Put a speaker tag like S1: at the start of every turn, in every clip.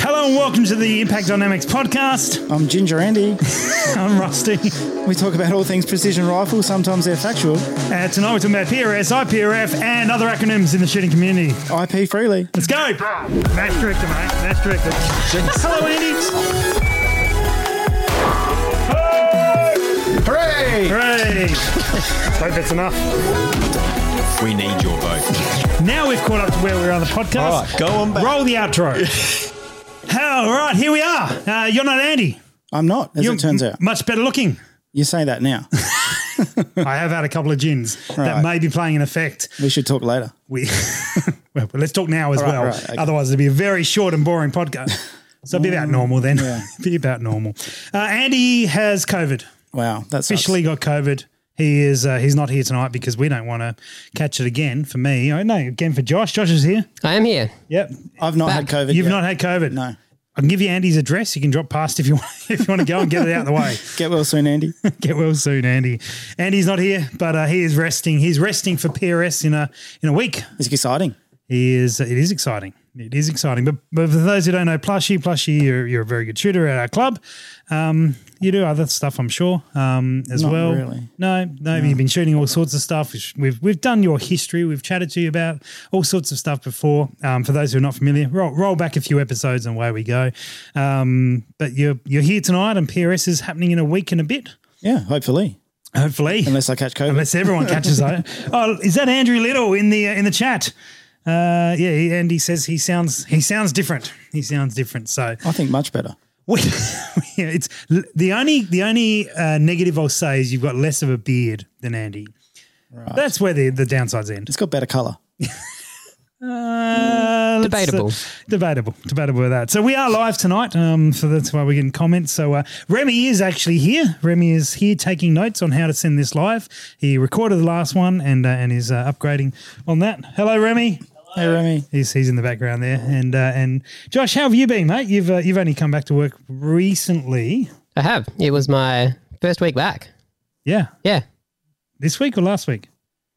S1: Hello and welcome to the Impact Dynamics podcast.
S2: I'm Ginger Andy.
S1: I'm Rusty.
S2: We talk about all things precision rifle. Sometimes they're factual.
S1: Uh, tonight we're talking about PRS, IPRF, and other acronyms in the shooting community.
S2: IP freely.
S1: Let's go! That's director, mate. That's director. Hello, Andy.
S3: Hooray!
S1: Hooray! Hope that's enough.
S3: We need your vote.
S1: Now we've caught up to where we are on the podcast.
S3: All right, go on back.
S1: Roll the outro. All right, here we are. Uh, you're not Andy.
S2: I'm not, as
S1: You're
S2: it turns out.
S1: much better looking.
S2: You say that now.
S1: I have had a couple of gins that
S2: Right.
S1: may be playing an effect.
S2: We should talk later.
S1: We well, let's talk now as
S2: All right,
S1: well.
S2: right, okay. Mm,
S1: Otherwise, it'll be a very short and boring podcast. So it'll be about normal then. be about normal. Uh, Andy has COVID.
S2: Wow, that's
S1: Officially got COVID. He is. Uh, he's not here tonight because we don't want to catch it again. For me, oh no, again for Josh. Josh is here.
S4: I am here.
S1: Yep.
S2: I've not had COVID.
S1: You've
S2: yet.
S1: not had COVID.
S2: No.
S1: I can give you Andy's address. You can drop past if you want. If you want to go and get it out of the way.
S2: Get well soon, Andy.
S1: Get well soon, Andy. Andy's not here, but uh, he is resting. He's resting for PRS in a in a week.
S2: It's exciting.
S1: He is. It is exciting. It is exciting. But, but for those who don't know, Plushy, Plushy, you're, you're a very good shooter at our club. Um, you do other stuff, I'm sure, um, as
S2: Not
S1: well.
S2: really.
S1: No, no, you've been shooting all sorts of stuff. We've we've done your history. We've chatted to you about all sorts of stuff before. Um, for those who are not familiar, roll, roll back a few episodes and away we go. Um, but you're you're here tonight, and PRS is happening in a week and a bit.
S2: Yeah, hopefully.
S1: Hopefully,
S2: Unless I catch COVID.
S1: unless everyone catches that. Oh, is that Andrew Little in the uh, in the chat? Uh, yeah, he- and he says he sounds he sounds different. He sounds different. So
S2: I think much better.
S1: we, yeah, it's the only the only uh, negative I'll say is you've got less of a beard than Andy. That's where the, the downsides end.
S2: It's got better colour.
S1: Uh, let's, uh,
S4: Debatable.
S1: debatable. Debatable with that. So we are live tonight. Um, so that's why we're getting comments. So uh, Remy is actually here. Remy is here taking notes on how to send this live. He recorded the last one and uh, and is uh, upgrading on that. Hello, Remy.
S2: Hey, Remy.
S1: He's, he's in the background there. And uh, and Josh, how have you been, mate? You've uh, you've only come back to work recently.
S4: I have. It was my first week back.
S1: Yeah,
S4: Yeah.
S1: this week or last week?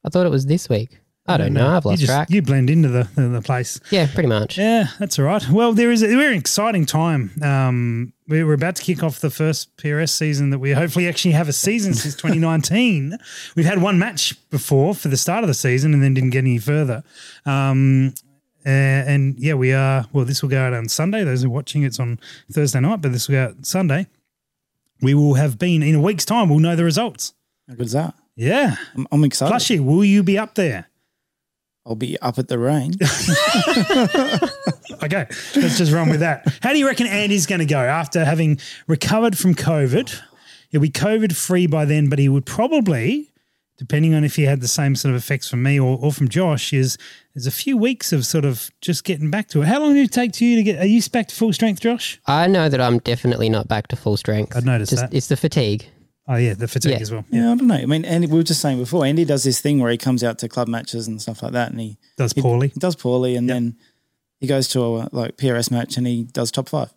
S4: I thought it was this week. I don't know. I've
S1: you
S4: lost
S1: just-
S4: track.
S1: You blend into the the the place.
S4: yeah, pretty much.
S1: Yeah, that's all right. Well, there is we're in an exciting time. Um, we, we're about to kick off the first PRS season that we hopefully actually have a season since 2019. We've had one match before for the start of the season and then didn't get any further. Um, uh, and yeah, we are. Well, this will go out on Sunday. Those who are watching, it's on Thursday night, but this will go out Sunday. We will have been in a week's time. We'll know the results.
S2: How good is that?
S1: Yeah,
S2: I'm, I'm excited.
S1: Plushy, will you be up there?
S2: I'll be up at the range.
S1: Okay, let's just run with that. How do you reckon Andy's going to go after having recovered from COVID? He'll be COVID free by then, but he would probably, depending on if he had the same sort of effects from me or, or from Josh, is there's a few weeks of sort of just getting back to it. How long did it take to you to get? Are you back to full strength, Josh?
S4: I know that I'm definitely not back to full strength.
S1: I'd noticed
S4: Just,
S1: that.
S4: It's the fatigue.
S1: Oh yeah, the fatigue
S4: Yeah.
S1: as well.
S2: yeah, I don't know. I mean, Andy, we were just saying before, Andy does this thing where he comes out to club matches and stuff like that and he
S1: Does poorly.
S2: He does poorly, and then he goes to a like PRS match and he does top five.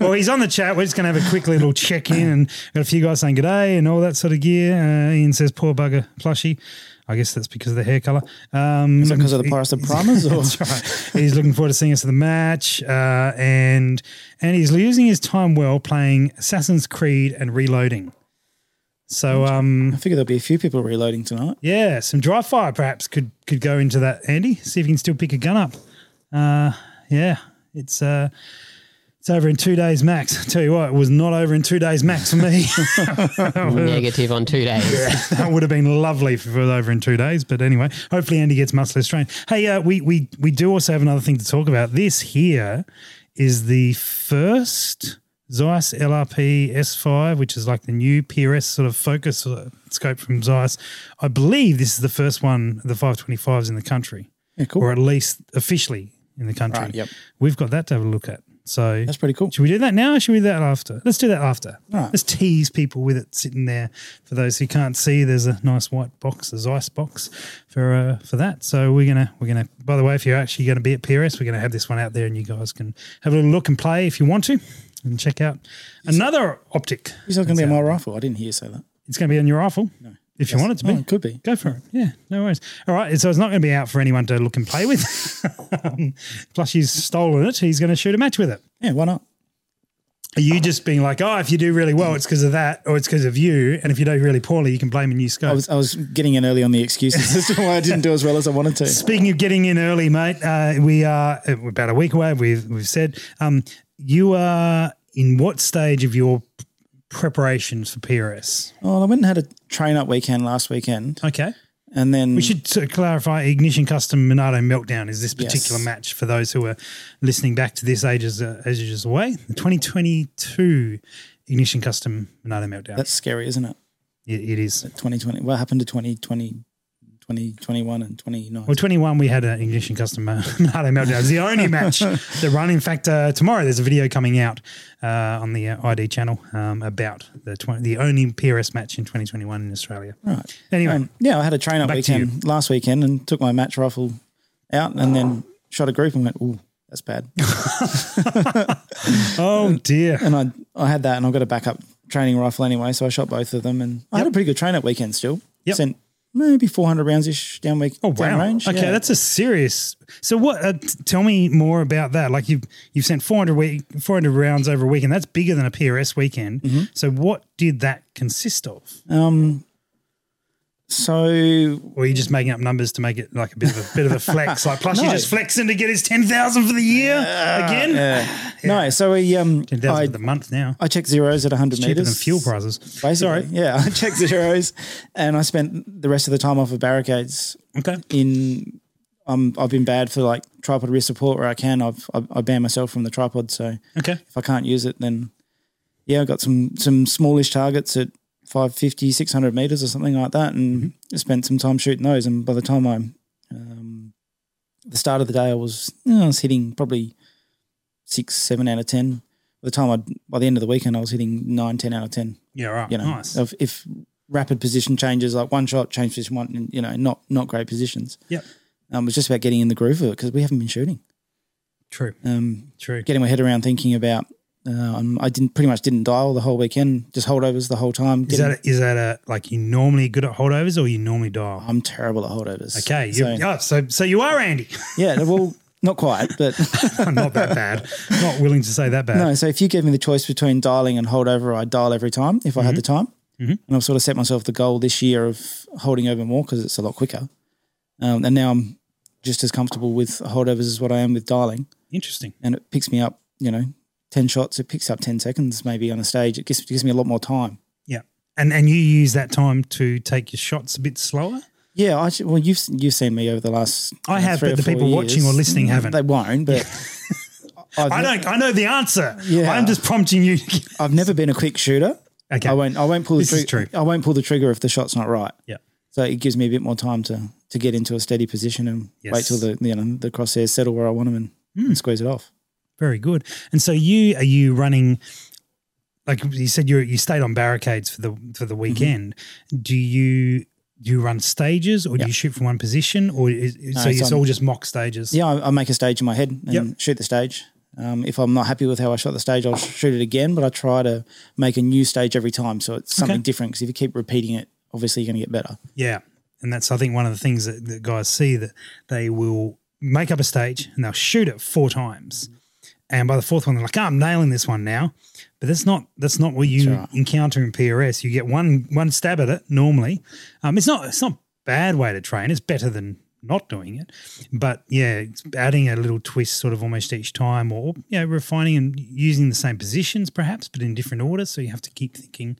S1: well, he's on the chat. We're just going to have a quick little check in and got a few guys saying good day and all that sort of gear. Uh, Ian says, poor bugger, plushy. I guess that's because of the hair color. Um,
S2: Is that because of the price of primers? Or
S1: That's right. He's looking forward to seeing us at the match, uh, and and he's using his time well playing Assassin's Creed and reloading. So um,
S2: I figure there'll be a few people reloading tonight.
S1: yeah, some dry fire perhaps could could go into that. Andy, see if you can still pick a gun up. Uh, yeah, it's uh, it's over in two days max. I tell you what, it was not over in two days max for me.
S4: Negative on two days.
S1: that would have been lovely if it was over in two days. But anyway, hopefully Andy gets much less strain. Hey, uh, we we we do also have another thing to talk about. This here is the first Zeiss LRP S5, which is like the new PRS sort of focus uh, scope from Zeiss. I believe this is the first one the 525s in the country,
S2: Yeah, cool.
S1: or at least officially in the country.
S2: Right, yep.
S1: We've got that to have a look at. So
S2: That's pretty cool.
S1: should we do that now or should we do that after? Let's do that after.
S2: Right.
S1: Let's tease people with it sitting there. For those who can't see, there's a nice white box, a ice box for uh, for that. So we're gonna we're gonna by the way, if you're actually gonna be at PRS, we're gonna have this one out there and you guys can have a little look and play if you want to and check out another optic.
S2: He's not going to be on my rifle. I didn't hear you say that.
S1: It's gonna be on your rifle. No. if you want it to be.
S2: Oh, it could be.
S1: Go for it. Yeah, no worries. All right. So it's not going to be out for anyone to look and play with. Um, plus, he's stolen it. He's going to shoot a match with it.
S2: Yeah, why not?
S1: Are you just being like, oh, if you do really well, it's because of that, or it's because of you? And if you do really poorly, you can blame a new scope.
S2: I was, I was getting in early on the excuses as to why I didn't do as well as I wanted to.
S1: Speaking of getting in early, mate, uh, we are uh, we're about a week away. We've we've said um, you are in what stage of your p- preparations for PRS?
S2: Well, I went and had a train up weekend last weekend,
S1: Okay,
S2: and then
S1: we should sort of clarify. Ignition Custom Monado Meltdown is this particular
S2: Yes.
S1: match for those who are listening back to this ages uh, ages away. The 2022 Ignition Custom Monado Meltdown.
S2: That's scary, isn't it?
S1: it, it is.
S2: 2020. What happened to 2020, 2021, and 29?
S1: Well, 21, we had an Ignition Custom uh, Monado Meltdown. It's the only match that run. In fact, uh, tomorrow there's a video coming out uh, on the uh, ID channel um, about the tw- the only PRS match in 2021 in Australia.
S2: Right.
S1: Anyway,
S2: Um, yeah, I had a train up
S1: Back to
S2: weekend last weekend and took my match rifle out and then shot a group and went, "Ooh, that's bad." uh,
S1: oh dear.
S2: and I I had that and I got a backup training rifle anyway, so I shot both of them and I had a pretty good train up weekend still.
S1: Yep.
S2: Sent maybe 400 rounds ish down week
S1: Oh
S2: down
S1: wow.
S2: range.
S1: okay,
S2: Yeah.
S1: that's a serious. So what? Uh, t- tell me more about that. Like you've you've sent 400 week 400 rounds over a weekend. That's bigger than a PRS weekend.
S2: Mm-hmm.
S1: So what did that consist of?
S2: um so
S1: Or are you just making up numbers to make it like a bit of a bit of a flex? Like plus you're
S2: No.
S1: just flexing to get his 10,000 for the year again.
S2: no, so we um
S1: 10,000
S2: I,
S1: for the month now.
S2: I checked zeros at 100
S1: Cheaper
S2: meters
S1: than fuel prices.
S2: Basically,
S1: Sorry.
S2: yeah, I checked zeros, and I spent the rest of the time off of barricades
S1: Okay.
S2: in um, I've been bad for like tripod rear support where I can. I've I, I ban myself from the tripod, so
S1: Okay.
S2: if I can't use it, then yeah, I got some some smallish targets at 550, 600 meters or something like that, and spent some time shooting those. And by the time I, um, the start of the day, I was you know, I was hitting probably six, seven out of ten. By the time I, by the end of the weekend, I was hitting nine, ten out of ten
S1: Yeah, right.
S2: you know,
S1: nice.
S2: of if rapid position changes, like one shot, change position one, and, you know, not not great positions.
S1: Yep.
S2: Um, it's just about getting in the groove of it because we haven't been shooting.
S1: True.
S2: Um,
S1: True.
S2: getting my head around thinking about, um, I didn't pretty much didn't dial the whole weekend, just holdovers the whole time.
S1: Is
S2: getting-
S1: that a, is that a like you normally good at holdovers or you normally dial?
S2: I'm terrible at holdovers.
S1: Okay.
S2: So,
S1: You, oh, so so you are Andy.
S2: yeah, well, not quite, but
S1: Not that bad. Not willing to say that bad.
S2: no. So if you gave me the choice between dialing and holdover, I'd dial every time if I had
S1: Mm-hmm.
S2: the time. And I've sort of set myself the goal this year of holding over more because it's a lot quicker. Um, and now I'm just as comfortable with holdovers as what I am with dialing.
S1: Interesting.
S2: And it picks me up, you know, 10 shots. It picks up 10 seconds maybe on a stage. It gives, it gives me a lot more time.
S1: Yeah. And and you use that time to take your shots a bit slower?
S2: Yeah, I should, well, you've you've seen me over the last.
S1: I
S2: uh,
S1: have,
S2: three
S1: but
S2: or
S1: the
S2: four
S1: people watching
S2: years. Mm,
S1: or listening haven't.
S2: They won't, but I've,
S1: I
S2: ne-
S1: don't I know the answer.
S2: Yeah.
S1: I'm just prompting you.
S2: I've never been a quick shooter.
S1: okay.
S2: I won't. I won't pull the
S1: This is
S2: trigger.
S1: true.
S2: I won't pull the trigger if the shot's not right.
S1: Yeah.
S2: So it gives me a bit more time to to get into a steady position and
S1: Yes. Hmm.
S2: wait till the you know the crosshairs settle where I want them and, and squeeze it off.
S1: Very good. And so you are you running like you said you you stayed on barricades for the for
S2: Mm-hmm.
S1: the weekend. Do you do you run stages or do you shoot from one position or is, is- so
S2: it's
S1: it's
S2: on-
S1: all just mock stages?
S2: Yeah, I, I make a stage in my head and
S1: Yep.
S2: shoot the stage. Um, if I'm not happy with how I shot the stage, I'll shoot it again. But I try to make a new stage every time, so it's something
S1: Okay.
S2: different. Because if you keep repeating it, obviously you're going to get better.
S1: Yeah. And that's I think one of the things that, that guys see that they will make up a stage and they'll shoot it four times. And by the fourth one, they're like, oh, I'm nailing this one now. But that's not that's not what you
S2: That's right.
S1: encounter in PRS. You get one one stab at it normally. Um, it's not it's not a bad way to train. It's better than not doing it. But yeah, it's adding a little twist sort of almost each time or you know, refining and using the same positions perhaps, but in different order. So you have to keep thinking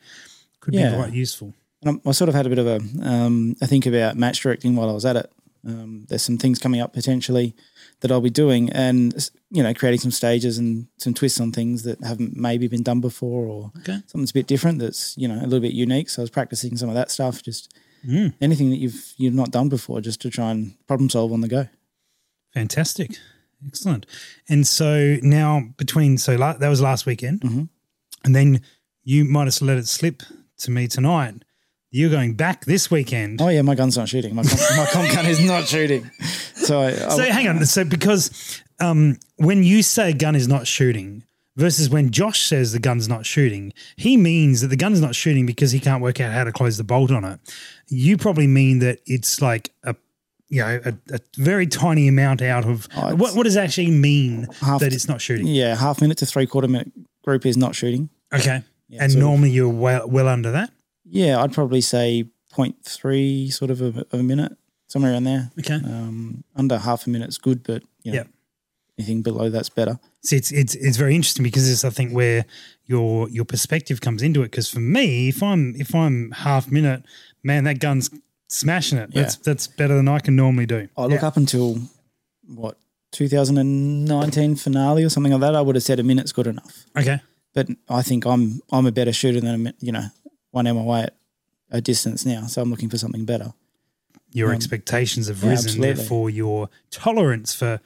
S1: could be
S2: Yeah.
S1: quite useful.
S2: And I'm, I sort of had a bit of a um, I think about match directing while I was at it. Um, there's some things coming up potentially that I'll be doing, and you know, creating some stages and some twists on things that haven't maybe been done before, or
S1: Okay.
S2: something that's a bit different. That's you know a little bit unique. So I was practicing some of that stuff. Just anything that you've you've not done before, just to try and problem solve on the go.
S1: Fantastic. Excellent. And so now between so la- that was last weekend.
S2: Mm-hmm.
S1: And then you might have let it slip to me tonight. You're going back this weekend.
S2: Oh yeah, my gun's not shooting. My comp, my comp gun is not shooting. So I, I-
S1: So hang on. So because um, when you say gun is not shooting versus when Josh says the gun's not shooting, he means that the gun's not shooting because he can't work out how to close the bolt on it. You probably mean that it's like a you know a, a very tiny amount out of
S2: Oh, it's-
S1: what what does it actually mean
S2: Half-
S1: that it's not shooting?
S2: Yeah, half minute to three quarter minute group is not shooting.
S1: Okay.
S2: Yeah,
S1: and
S2: sort of.
S1: normally you're well well under that.
S2: Yeah, I'd probably say 0.3 sort of a, of a minute, somewhere around there.
S1: Okay.
S2: Um, under half a minute's good, but you know,
S1: Yep.
S2: anything below that's better.
S1: So it's it's it's very interesting because it's I think where your your perspective comes into it. Because for me, if I'm if I'm half minute, man, that gun's smashing it. That's that's better than I can normally do.
S2: I look
S1: Yeah.
S2: up until what 2019 finale or something like that. I would have said a minute's good enough,
S1: Okay.
S2: but I think I'm I'm a better shooter than a min- you know one MOA at a distance now. So I'm looking for something better.
S1: Your
S2: Um,
S1: expectations have
S2: yeah,
S1: risen,
S2: absolutely.
S1: therefore your tolerance for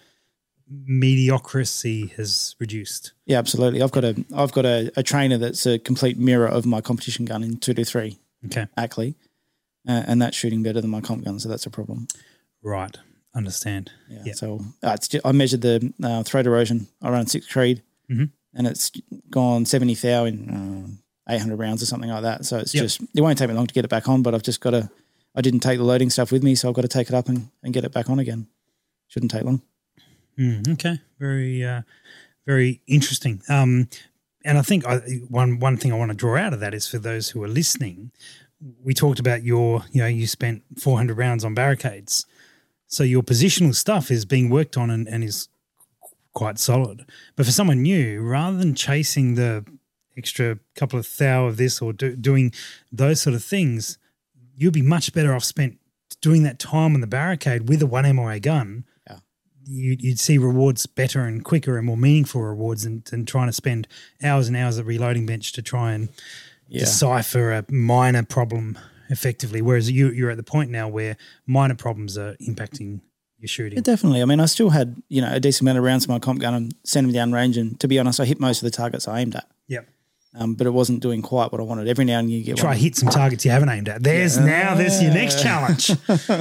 S1: mediocrity has reduced.
S2: Yeah, absolutely. I've got a I've got a, a trainer that's a complete mirror of my competition gun in two to three
S1: Okay.
S2: Ackley, uh, and that's shooting better than my comp gun, so that's a problem.
S1: Right. Understand.
S2: Yeah.
S1: Yeah.
S2: So uh, it's ju- I measured the uh, throat erosion. I run six creed,
S1: Mhm.
S2: and it's gone seventy thou in uh, eight hundred rounds or something like that. So it's
S1: Yep.
S2: just it won't take me long to get it back on. But I've just got to. I didn't take the loading stuff with me, so I've got to take it up and, and get it back on again. Shouldn't take long.
S1: Mm, okay, very, uh, very interesting. Um, and I think I, one one thing I want to draw out of that is for those who are listening, we talked about your, you know, you spent 400 rounds on barricades, so your positional stuff is being worked on and, and is quite solid. But for someone new, rather than chasing the extra couple of thou of this or do, doing those sort of things, you'll be much better off spent doing that time on the barricade with a one MOA gun you'd, you'd see rewards better and quicker and more meaningful rewards than, than trying to spend hours and hours at reloading bench to try and decipher a minor problem effectively. Whereas you, you're at the point now where minor problems are impacting your
S2: Yeah,
S1: shooting.
S2: definitely. I mean, I still had you know a decent amount of rounds in my comp gun and sent them down range. And to be honest, I hit most of the targets I aimed at.
S1: Yep.
S2: Um, but it wasn't doing quite what I wanted. Every now and you get
S1: Try
S2: one,
S1: hit some targets you haven't aimed at. There's now there's your next challenge.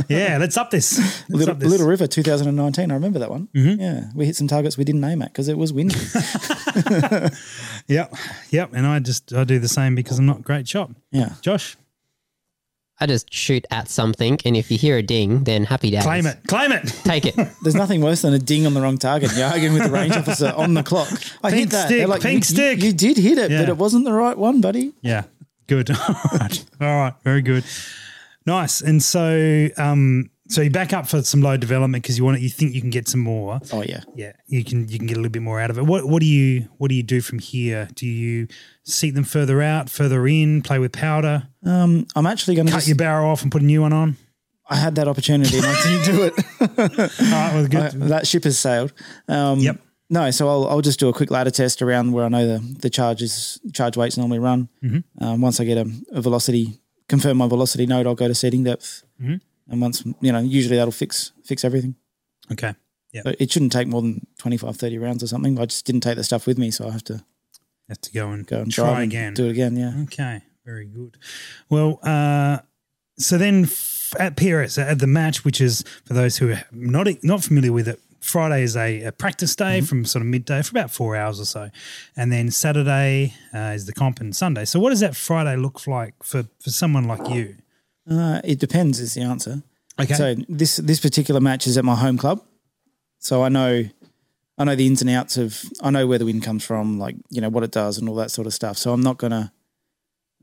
S1: yeah, let's up this. Let's
S2: Little,
S1: up this.
S2: Little River 2019. I remember that one. Mm-hmm.
S1: Mhm.
S2: Yeah, we hit some targets we didn't aim at because it was windy.
S1: Yep, yep. And I just I do the same because I'm not a great shot.
S2: yeah,
S1: Josh,
S4: I just shoot at something, and if you hear a ding, then happy days.
S1: claim it, claim it.
S4: Take it.
S2: there's nothing worse than a ding on the wrong target. You're arguing with the range officer on the clock. I
S1: Pink
S2: hit that.
S1: stick,
S2: They're like,
S1: pink
S2: "You- you,
S1: stick."
S2: You, did hit it,
S1: Yeah.
S2: but it wasn't the right one, buddy.
S1: Yeah. Good. All right. All right. Very good. Nice. And so, um, so you back up for some low development because you want it. You think you can get some more.
S2: Oh yeah.
S1: Yeah. You can. You can get a little bit more out of it. What What do you What do you do from here? Do you seek them further out, further in, play with powder,
S2: Um, I'm actually going
S1: cut your
S2: to.
S1: barrel off, and put a new one on?
S2: I had that opportunity and I didn't do it.
S1: All right. Well,
S2: I-
S1: good.
S2: that ship has sailed. Um,
S1: Yep.
S2: No, so I'll, I'll just do a quick ladder test around where I know the, the charges charge weights normally run.
S1: Mhm.
S2: Um, once I get a, a velocity, confirm my velocity node, I'll go to setting depth,
S1: Mhm.
S2: and once you know, usually that'll fix fix everything.
S1: Okay.
S2: But it shouldn't take more than 25, 30 rounds or something. I just didn't take the stuff with me, so I have to
S1: Have to go and
S2: go and drive
S1: try
S2: and
S1: again. Mm.
S2: Do it again, yeah.
S1: Okay, very good. Well, uh, so then f- at PRS at the match, which is for those who are not not familiar with it, Friday is a, a practice day
S2: Mm-hmm.
S1: from sort of midday for about four hours or so, and then Saturday uh, is the comp and Sunday. So, what does that Friday look like for for someone like you?
S2: Uh, it depends is the answer.
S1: Okay,
S2: So this this particular match is at my home club, so I know I know the ins and outs of I know where the wind comes from, like you know what it does and all that sort of stuff. So I'm not gonna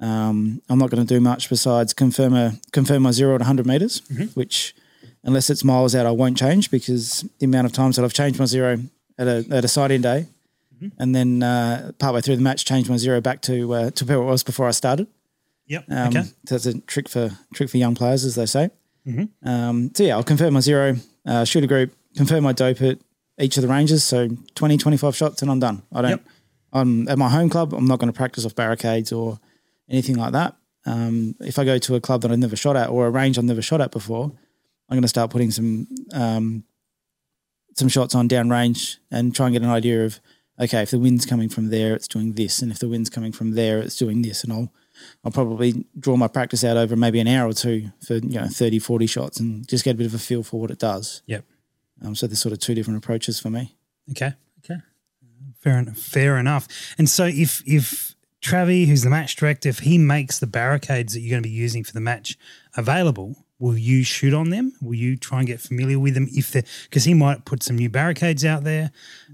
S2: um, I'm not gonna do much besides confirm a confirm my zero at 100 meters,
S1: Mm-hmm.
S2: which unless it's miles out, I won't change because the amount of times that I've changed my zero at a at a side in day.
S1: Mm-hmm.
S2: And then uh, partway through the match, changed my zero back to uh, to where it was before I started.
S1: yep,
S2: Um,
S1: okay,
S2: so That's a trick for trick for young players, as they say.
S1: Mhm.
S2: Um, so yeah, I'll confirm my zero, uh, shoot a group, confirm my dope at each of the ranges. So 20, 25 shots, and I'm done. I don't.
S1: Yep.
S2: I'm at my home club. I'm not going to practice off barricades or anything like that. Um, if I go to a club that I've never shot at or a range I've never shot at before, I'm going to start putting some um, some shots on downrange and try and get an idea of okay, if the wind's coming from there, it's doing this, and if the wind's coming from there, it's doing this, and I'll I'll probably draw my practice out over maybe an hour or two for you know 30, 40 shots and just get a bit of a feel for what it does.
S1: Yep.
S2: Um, so there's sort of two different approaches for me.
S1: okay, okay, Fair enough. Fair enough. And so if if Travi, who's the match director, if he makes the barricades that you're going to be using for the match available, will you shoot on them? Will you try and get familiar with them if they because he might put some new barricades out there?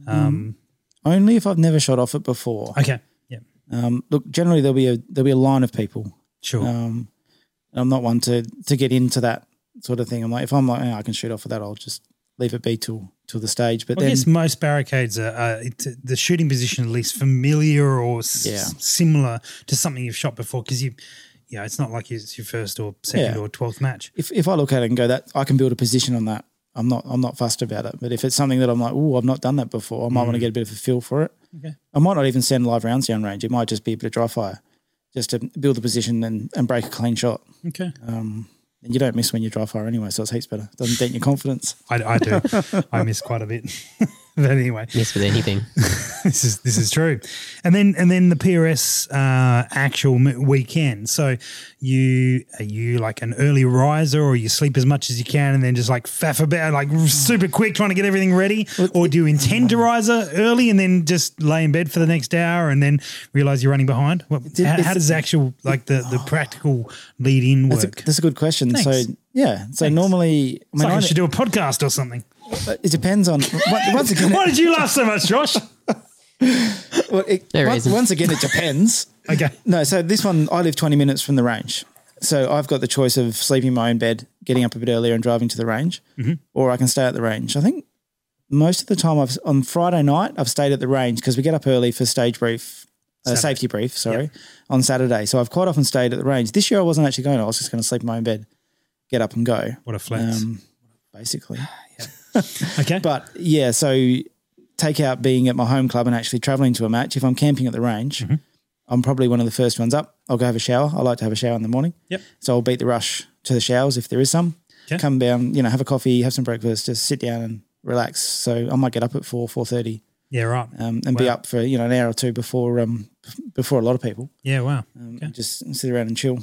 S1: Um,
S2: Only if I've never shot off it before.
S1: Okay. Yeah.
S2: Um, look, generally there'll be a there'll be a line of people.
S1: Sure.
S2: Um, and I'm not one to to get into that sort of thing. I'm like, if I'm like, "Oh, I can shoot off with that, I'll just leave it be till till the stage. But
S1: Well, I
S2: then,
S1: guess most barricades are, are it, the shooting position at least familiar or s-
S2: Yeah.
S1: similar to something you've shot before because you, you know, it's not like it's your first or second
S2: Yeah.
S1: or twelfth match.
S2: if if I look at it and go that I can build a position on that, I'm not I'm not fussed about it. But if it's something that I'm like, oh, I've not done that before, I might want to get a bit of a feel for it.
S1: Mm. Okay.
S2: I might not even send live rounds downrange. It might just be a bit of dry fire, just to build a position and, and break a clean shot.
S1: Okay.
S2: And you don't miss when you dry fire anyway, so it's heaps better. Doesn't dent your confidence.
S1: I, I do. I miss quite a bit. but anyway,
S4: Yes, with anything.
S1: this is this is true. And then and then the PRS uh, actual m- weekend. So you are you like an early riser, or you sleep as much as you can, and then just like faff about like super quick trying to get everything ready, or do you intend to rise e-, early and then just lay in bed for the next hour and then realize you're running behind? What,
S2: it-
S1: how, how
S2: it's-
S1: does the actual like the the practical lead in work?
S2: That's a, that's a good question.
S1: Thanks.
S2: So yeah, so normally, I
S1: it's
S2: mean,
S1: like I
S2: I-
S1: should do a podcast or something.
S2: it depends on on- once again.
S1: Why did you laugh so much, Josh?
S2: well, it-
S4: There
S2: once,
S4: isn't.
S2: once again, it depends.
S1: Okay.
S2: No, so this one, I live 20 minutes from the range. So I've got the choice of sleeping in my own bed, getting up a bit earlier and driving to the range,
S1: Mm-hmm.
S2: or I can stay at the range. I think most of the time I've, on Friday night, I've stayed at the range because we get up early for stage brief, uh,
S1: Saturday.
S2: safety brief, sorry, on Saturday. So I've quite often stayed at the range. This year I wasn't actually going, I was just going to sleep in my own bed, get up and go,
S1: What a flex.
S2: um, basically.
S1: okay.
S2: But yeah, so take out being at my home club and actually traveling to a match. If I'm camping at the range,
S1: Mm-hmm.
S2: I'm probably one of the first ones up. I'll go have a shower. I like to have a shower in the morning.
S1: Yep.
S2: So I'll beat the rush to the showers if there is some.
S1: Okay.
S2: Come down, you know, have a coffee, have some breakfast, just sit down and relax. So I might get up at four, four thirty,
S1: yeah. Right.
S2: um, and be
S1: Wow.
S2: up for you know an hour or two before um before a lot of people.
S1: Yeah. Wow.
S2: Um,
S1: Okay.
S2: Just sit around and chill.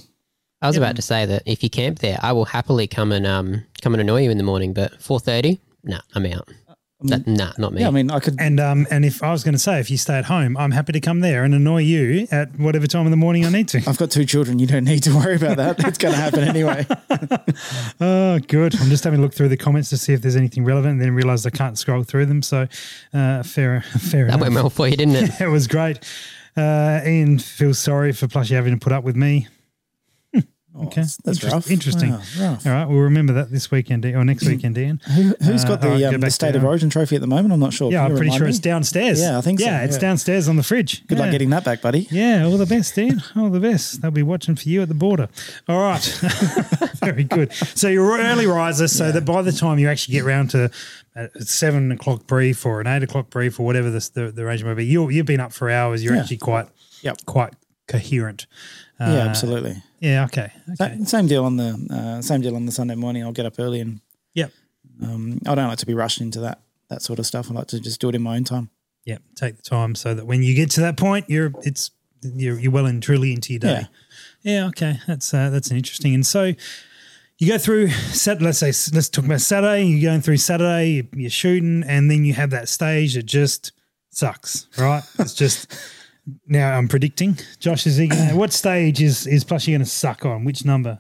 S4: I was about to say that if you camp there, I will happily come and um come and annoy you in the morning. But four thirty, nah, I'm out.
S1: Uh, um,
S4: That, nah, not me.
S2: Yeah, I mean, I could.
S1: And um, and if I was going to say, if you stay at home, I'm happy to come there and annoy you at whatever time in the morning I need to.
S2: I've got two children. You don't need to worry about that. it's going to happen anyway.
S1: Oh, good. I'm just having a look through the comments to see if there's anything relevant, and then realised I can't scroll through them. So, uh, fair, fair
S4: that went
S1: enough.
S4: well for you, didn't it?
S1: It was great. Uh, Ian feels sorry for Plushy having to put up with me. Hmm. Okay,
S2: that's, that's
S1: Interest-
S2: rough.
S1: Interesting.
S2: Wow, rough.
S1: All right, we'll remember that this weekend or next weekend, Ian.
S2: Who, has
S1: Uh,
S2: got
S1: I'll
S2: the,
S1: go
S2: um, the
S1: back
S2: State
S1: to-
S2: of Origin trophy at the moment? I'm not sure.
S1: Yeah,
S2: Can
S1: I'm
S2: you
S1: pretty
S2: remind
S1: sure
S2: me?
S1: it's downstairs.
S2: Yeah, I think so,
S1: Yeah, it's
S2: yeah.
S1: downstairs on the fridge.
S2: Good luck
S1: Yeah.
S2: getting that back, buddy.
S1: Yeah, all the best, Ian. All the best. They'll be watching for you at the border. All right. Very good. So you're an early riser, so that by the time you actually get round to a a seven o'clock brief or an eight o'clock brief or whatever the, the, the range may be, you, you've been up for hours. You're
S2: Yeah.
S1: actually quite
S2: Yep.
S1: quite coherent. Uh,
S2: Yeah, absolutely.
S1: Yeah, okay.
S2: Sa-
S1: okay.
S2: Same deal on the uh, same deal on the Sunday morning. I'll get up early, and
S1: Yep.
S2: um, I don't like to be rushed into that that sort of stuff. I like to just do it in my own time.
S1: Yep. Take the time so that when you get to that point, you're it's you're, you're well and truly into your day. Yeah. okay. That's uh, that's an interesting. And so you go through set. Let's say let's talk about Saturday. You're going through Saturday. you- You're shooting, and then you have that stage that just sucks. Right. It's just. Now I'm predicting. Josh is he gonna, what stage is is Plushy going to suck on? Which number?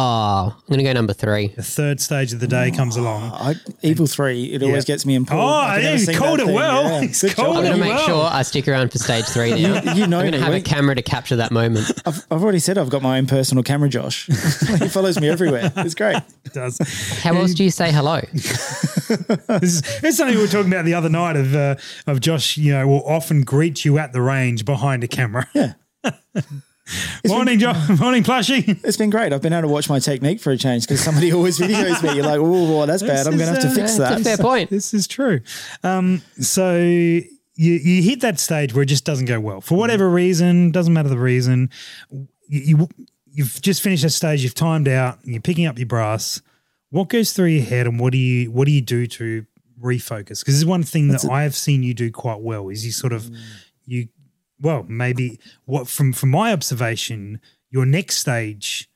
S4: Oh, I'm gonna go number three.
S1: The third stage of the day comes along.
S2: I, Evil Three. It always gets me in. Paul.
S1: Oh,
S2: I can
S1: yeah,
S2: never
S1: he's
S2: sing
S1: called
S2: that
S1: it
S2: thing.
S1: well. He's
S2: good
S1: called
S2: job.
S4: I'm
S1: it
S4: gonna make
S1: well.
S4: sure I stick around for stage three now.
S2: You know
S4: I'm gonna
S2: me,
S4: have a
S2: we-
S4: camera to capture that moment.
S2: I've, I've already said I've got my own personal camera, Josh. he follows me everywhere. It's great.
S1: It does.
S4: How else do you say hello?
S1: This is, this is something we were talking about the other night of uh, of Josh. You know, will often greet you at the range behind a camera.
S2: Yeah.
S1: morning, Josh. Morning, plushie.
S2: It's been great. I've been able to watch my technique for a change because somebody always videos me. You're like, oh, well, that's bad. I'm
S1: is,
S2: going to have to
S1: uh,
S2: fix
S4: Yeah, it's a
S2: that.
S4: fair point.
S1: This is true. Um, so you you hit that stage where it just doesn't go well for whatever reason. Doesn't matter the reason. You, you you've just finished that stage. You've timed out. You're picking up your brass. What goes through your head, and what do you what do you do to refocus? Because this is one thing that I have seen you do quite well. Is you sort of you well maybe what from from my observation your next stage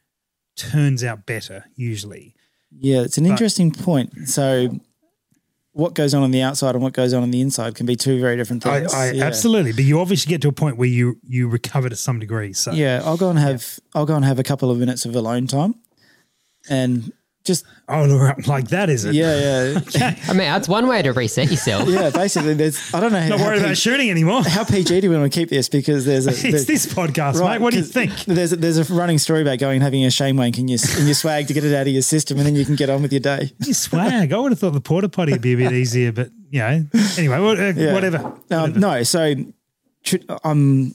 S1: turns out better usually
S2: Yeah, it's an interesting point. So what goes on on the outside and what goes on on the inside can be two very different
S1: I,
S2: things.
S1: I
S2: Yeah.
S1: absolutely, but you obviously get to a point where you you recover to some degree. So
S2: Yeah, I'll go and have I'll go and have a couple of minutes of alone time, and just
S1: oh, look, like that is it?
S2: yeah, yeah,
S4: I mean, that's one way to reset yourself.
S2: yeah. Basically, there's I don't know
S1: Not
S2: how,
S1: worried
S2: P-
S1: about shooting anymore.
S2: how PG do we want to keep this because there's a
S1: It's
S2: there's-
S1: this podcast, mate. What do you
S2: 'cause
S1: think?
S2: There's a, there's a running story about going and having a shame wank in your in your swag to get it out of your system, and then you can get on with your day.
S1: You swag. I would have thought the porta potty would be a bit easier, but you know. Anyway, what, uh, whatever.
S2: Um, no, so tr- um,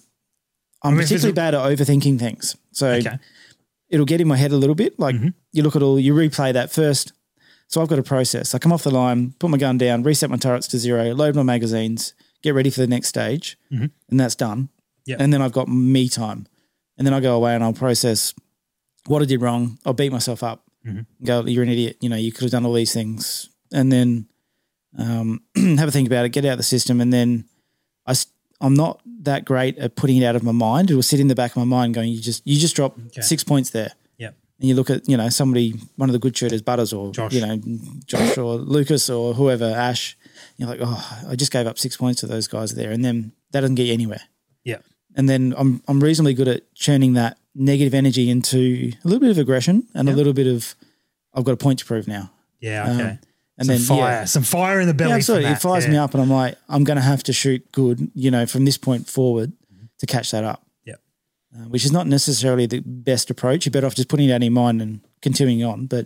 S2: I'm I'm
S1: mean, if it's
S2: particularly
S1: a-
S2: bad at overthinking things. So
S1: Okay. Mm-hmm.
S2: it'll get in my head a little bit. Like you look at all, you replay that first. So I've got a process. I come off the line, put my gun down, reset my turrets to zero, load my magazines, get ready for the next stage,
S1: Mm-hmm.
S2: and that's done.
S1: Yep.
S2: And then I've got me time, and then I go away and I'll process what I did wrong. I'll beat myself up.
S1: Mm-hmm.
S2: Go, you're an idiot. You know, you could have done all these things, and then um, have a think about it, get it out of the system, and then I. s- I'm not that great at putting it out of my mind. It will sit in the back of my mind, going, "You just, you just dropped six points there."
S1: Yep.
S2: and you look at you know somebody one of the good shooters butters or
S1: Josh.
S2: you know josh or lucas or whoever ash you're like oh i just gave up six points to those guys there and then that doesn't get you anywhere
S1: Yeah.
S2: and then i'm i'm reasonably good at churning that negative energy into a little bit of aggression and a little bit of i've got a point to prove now
S1: Yeah. Okay.
S2: Um, and
S1: some
S2: then
S1: fire.
S2: yeah,
S1: Some fire in the belly.
S2: yeah, absolutely
S1: For
S2: it
S1: that.
S2: fires
S1: yeah.
S2: me up and i'm like i'm going to have to shoot good you know from this point forward to catch that up
S1: Mm-hmm. Yeah.
S2: uh, which is not necessarily the best approach you're better off just putting it out in your mind and continuing on but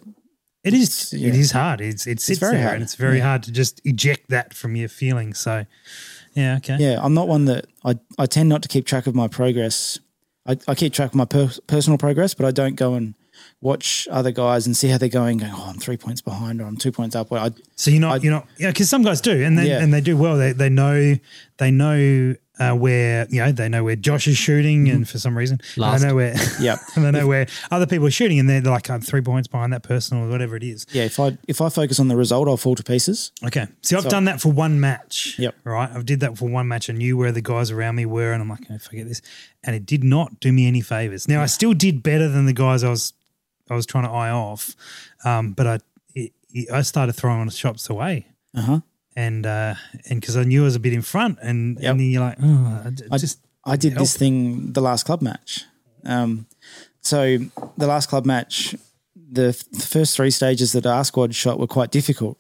S1: It is.
S2: yeah.
S1: It is hard. It's it sits
S2: very
S1: there,
S2: hard.
S1: and it's very hard to just eject that from your feelings. So, yeah. Okay.
S2: Yeah, I'm not one that I, I tend not to keep track of my progress. I, I keep track of my per- personal progress, but I don't go and watch other guys and see how they're going. Going, oh, I'm three points behind, or I'm two points up. Or I,
S1: So you're not, you're not, yeah, because some guys do, and they
S2: Yeah.
S1: and they do well. They they know they know uh, where you know they know where Josh is shooting, and for some reason
S4: Last.
S1: I know where,
S2: Yep.
S1: and I know where other people are shooting, and they're like I'm three points behind that person or whatever it is.
S2: yeah, if I if I focus on the result, I'll fall to pieces.
S1: Okay, see, I've done that for one match.
S2: Yep.
S1: Right, I've did that for one match. I knew where the guys around me were, and I'm like, oh, forget this, and it did not do me any favors. Now I still did better than the guys I was I was trying to eye off, um, but I it, it, I started throwing shots away.
S2: Uh huh.
S1: and uh, and because I knew I was a bit in front, and
S2: Yep.
S1: and then you're like, oh, I d-
S2: I
S1: just
S2: I did this
S1: Help.
S2: thing the last club match. Um, so the last club match, the, f- the first three stages that our squad shot were quite difficult.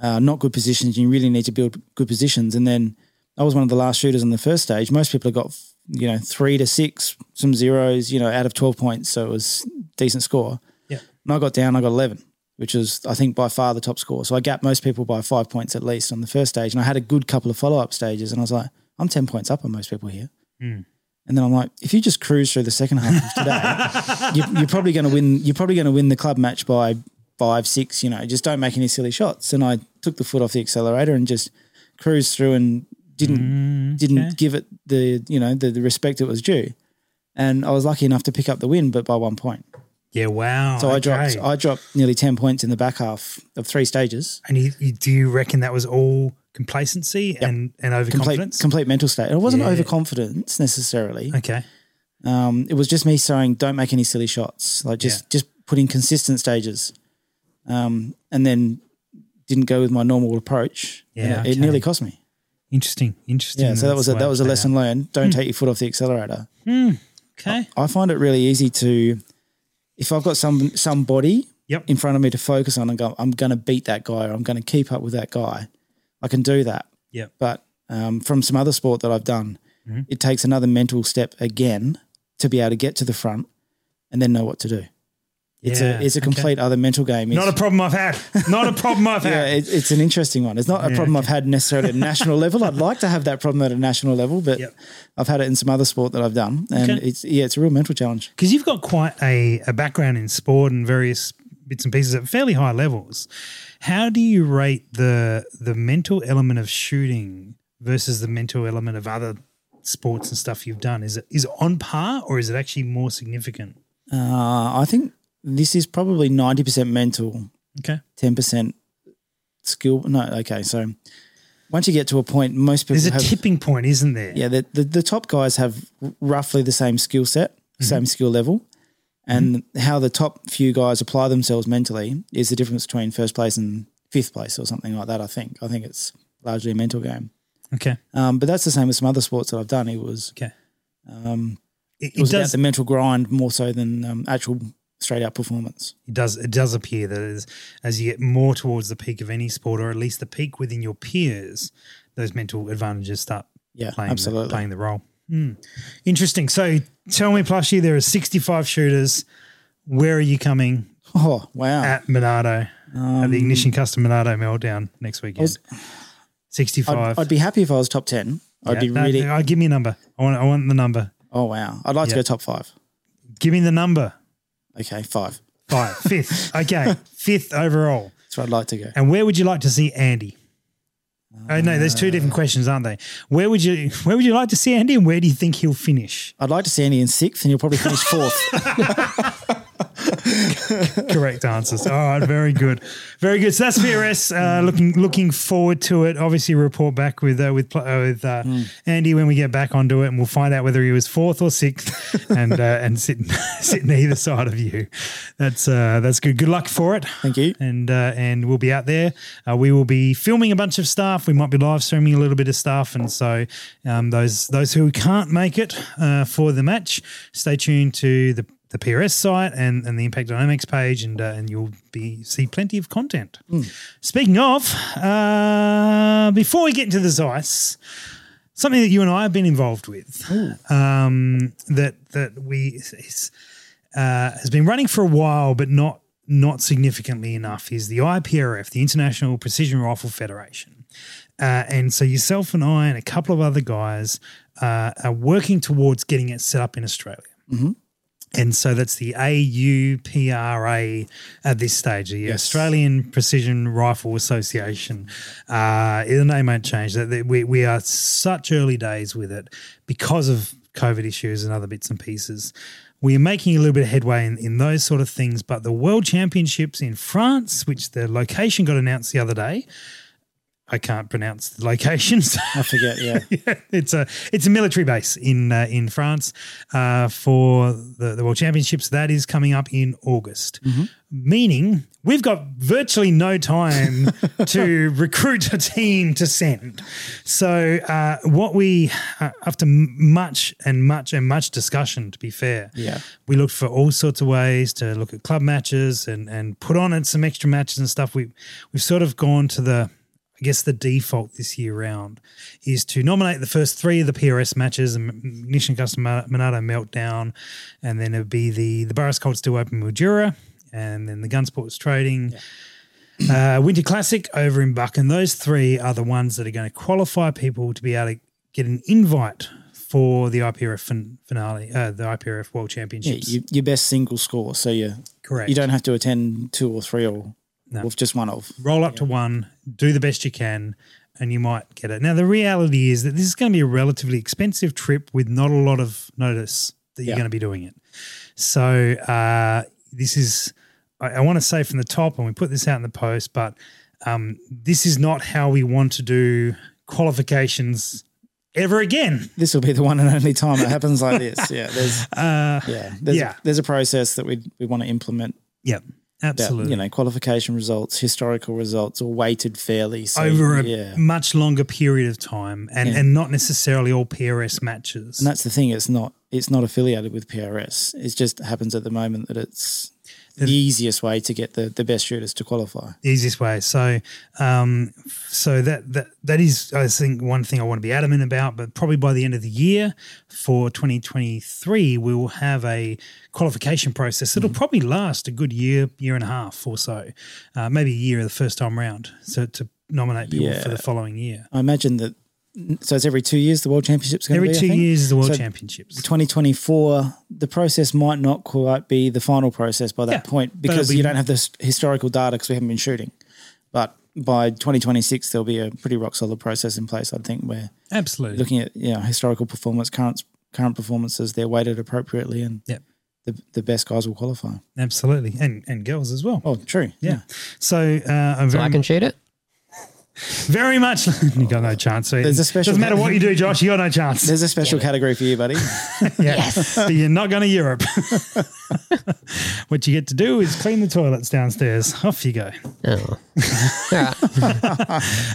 S2: Uh, not good positions. You really need to build good positions. And then I was one of the last shooters on the first stage. Most people have got you know three to six, some zeros, you know, out of twelve points. So it was decent score.
S1: Yeah.
S2: And I got down. I got eleven, which is I think by far the top score. So I gapped most people by five points at least on the first stage. And I had a good couple of follow up stages. And I was like, I'm ten points up on most people here. And then I'm like, if you just cruise through the second half of today, you, you're probably going to win. You're probably going to win the club match by five, six. You know, just don't make any silly shots. And I took the foot off the accelerator and just cruised through and didn't didn't give it the you know the, the respect it was due. And I was lucky enough to pick up the win, but by one point.
S1: yeah, wow.
S2: So I dropped.
S1: okay.
S2: I dropped nearly ten points in the back half of three stages.
S1: and you, you, do you reckon that was all complacency and and
S2: Complete,
S1: overconfidence?
S2: complete mental state. And it wasn't
S1: Yeah.
S2: overconfidence necessarily.
S1: okay,
S2: Um, it was just me saying, "Don't make any silly shots. Like just
S1: Yeah.
S2: just put in consistent stages." Um, and then didn't go with my normal approach.
S1: Yeah,
S2: And it, it
S1: okay.
S2: nearly cost me.
S1: interesting, interesting.
S2: Yeah, so that was
S1: that's
S2: a,
S1: the way
S2: that was a
S1: it played
S2: lesson learned. Don't
S1: Hmm.
S2: take your foot off the accelerator.
S1: out. Okay.
S2: I find it really easy to, if I've got some somebody
S1: Yep.
S2: in front of me to focus on and go, I'm going to beat that guy or I'm going to keep up with that guy. I can do that.
S1: Yep.
S2: But um, from some other sport that I've done,
S1: Mm-hmm.
S2: it takes another mental step again to be able to get to the front and then know what to do. It's
S1: Yeah,
S2: a it's a
S1: okay.
S2: complete other mental game. It's,
S1: Not a problem I've had. Not a problem I've
S2: yeah,
S1: had.
S2: it, it's an interesting one. It's not a problem I've had necessarily at a national level. I'd like to have that problem at a national level, but
S1: Yep.
S2: I've had it in some other sport that I've done, and
S1: Okay.
S2: it's yeah, it's a real mental challenge.
S1: because you've got quite a, a background in sport and various bits and pieces at fairly high levels. How do you rate the the mental element of shooting versus the mental element of other sports and stuff you've done? Is it is it on par or is it actually more significant?
S2: Uh, I think this is probably ninety percent mental,
S1: Okay.
S2: ten percent skill. No, okay, so once you get to a point, most people
S1: There's a
S2: have,
S1: tipping point, isn't there?
S2: yeah, the, the, the top guys have r- roughly the same skill set,
S1: Mm-hmm.
S2: same skill level. And how the top few guys apply themselves mentally is the difference between first place and fifth place or something like that. I think. I think it's largely a mental game.
S1: Okay.
S2: Um, but that's the same with some other sports that I've done. It was
S1: Okay.
S2: um,
S1: It,
S2: it
S1: it
S2: was about
S1: does.
S2: the mental grind more so than um, actual straight out performance.
S1: It does. It does appear that as, as you get more towards the peak of any sport, or at least the peak within your peers, those mental advantages start
S2: Yeah,
S1: playing
S2: absolutely.
S1: The, playing the role. Hmm. Interesting. So tell me, plushie, there are sixty-five shooters. Where are you coming
S2: Oh wow!
S1: at Monado at
S2: Um,
S1: the Ignition Custom Monado meltdown next weekend?
S2: was- I'd,
S1: Sixty-five.
S2: I'd be happy if I was top ten. I'd
S1: Yeah,
S2: be
S1: no,
S2: really.
S1: no, give me a number. I want. I want the number.
S2: oh wow! I'd like
S1: Yeah.
S2: to go top five.
S1: Give me the number.
S2: Okay, five.
S1: Five. Fifth. Okay. Fifth overall.
S2: That's where I'd like to go.
S1: And where would you like to see Andy? oh no, there's two
S2: Ah.
S1: different questions, aren't they? Where would you Where would you like to see Andy, and where do you think he'll finish?
S2: I'd like to see Andy in sixth, and he'll probably finish fourth.
S1: Correct answers. All right, very good, very good. So that's VRS. Uh,
S2: Hmm.
S1: looking looking forward to it. Obviously, report back with uh, with pl- uh, with uh,
S2: Hmm.
S1: Andy when we get back onto it, and we'll find out whether he was fourth or sixth, and uh, and sitting sitting either side of you. That's uh, that's good. Good luck for it.
S2: Thank you.
S1: and uh, and we'll be out there. Uh, we will be filming a bunch of stuff. We might be live streaming a little bit of stuff, and so um, those those who can't make it uh, for the match, stay tuned to the the PRS site and, and the Impact Dynamics page, and uh, and you'll be see plenty of content. Speaking of, uh, before we get into the Zeiss, something that you and I have been involved with, um, that that we it's, uh, has been running for a while, but not not significantly enough, is the IPRF, the International Precision Rifle Federation. Uh, and so yourself and I and a couple of other guys uh, are working towards getting it set up in Australia. And so that's the AUPRA at this stage, the Australian Precision Rifle Association. Uh, the name won't change. That- that We, we are such early days with it because of COVID issues and other bits and pieces. We are making a little bit of headway in, in those sort of things, but the World Championships in France, which the location got announced the other day, I can't pronounce the locations.
S2: I forget. Yeah.
S1: Yeah, it's a it's a military base in uh, in France uh, for the, the World Championships. That is coming up in August, meaning we've got virtually no time to recruit a team to send. So uh, what we uh, after m- much and much and much discussion, to be fair,
S2: Yeah.
S1: we looked for all sorts of ways to look at club matches and and put on in some extra matches and stuff. We we've sort of gone to the I guess the default this year round is to nominate the first three of the PRS matches and Ignition Custom Monado Meltdown, and then it'd be the the Barris Colts do open with Jura, and then the Gunsports Trading. Uh, Winter Classic over in Buck, and those three are the ones that are going to qualify people to be able to get an invite for the IPRF fin- finale, uh, the IPRF World
S2: yeah
S1: Championships.
S2: you, your best single score. So you
S1: Correct.
S2: you don't have to attend two or three or or just one of.
S1: roll up to one, do the best you can, and you might get it. Now, the reality is that this is going to be a relatively expensive trip with not a lot of notice that you're
S2: Yeah.
S1: going to be doing it. So, uh, this is, I, I want to say from the top, and we put this out in the post, but um, this is not how we want to do qualifications ever again.
S2: This will be the one and only time it happens like this. Yeah. There's
S1: Uh,
S2: yeah. There's,
S1: yeah.
S2: there's a process that we we want to implement.
S1: yep,
S2: That,
S1: absolutely.
S2: you know, qualification results, historical results, all weighted fairly. So,
S1: over a
S2: yeah.
S1: much longer period of time, and,
S2: Yeah.
S1: and not necessarily all PRS matches.
S2: And that's the thing. It's not. It's not affiliated with PRS. It just happens at the moment that it's the easiest way to get the, the best shooters to qualify.
S1: the easiest way. So, um, so that that that is, I think, one thing I want to be adamant about. But probably by the end of the year for 2023, we will have a qualification process that'll
S2: Mm-hmm.
S1: probably last a good year, year and a half or so, uh, maybe a year the first time round. So to nominate people for
S2: Yeah.
S1: the following year.
S2: I imagine that. So it's every two years the World Championships going
S1: Every
S2: to be. I
S1: two
S2: think?
S1: years is the World
S2: So
S1: Championships.
S2: 2024, the process might not quite be the final process by that
S1: Yeah,
S2: point
S1: it'll
S2: because
S1: be-
S2: you don't have the s- historical data because we haven't been shooting. But by 2026, there'll be a pretty rock solid process in place. I think where
S1: Absolutely.
S2: looking at you know historical performance, current current performances, they're weighted appropriately, and
S1: Yep.
S2: the the best guys will qualify.
S1: Absolutely. And and girls as well.
S2: Oh, true.
S1: Yeah. So uh, I'm
S4: So
S1: very
S4: I can shoot it.
S1: Very much. you got no chance. So
S2: There's a special-
S1: Doesn't matter what you do, Josh. You got no chance.
S2: There's a special category for you, buddy.
S1: Yeah. But you're not going to Europe. what you get to do is clean the toilets downstairs. Off you go.
S4: Oh. All right.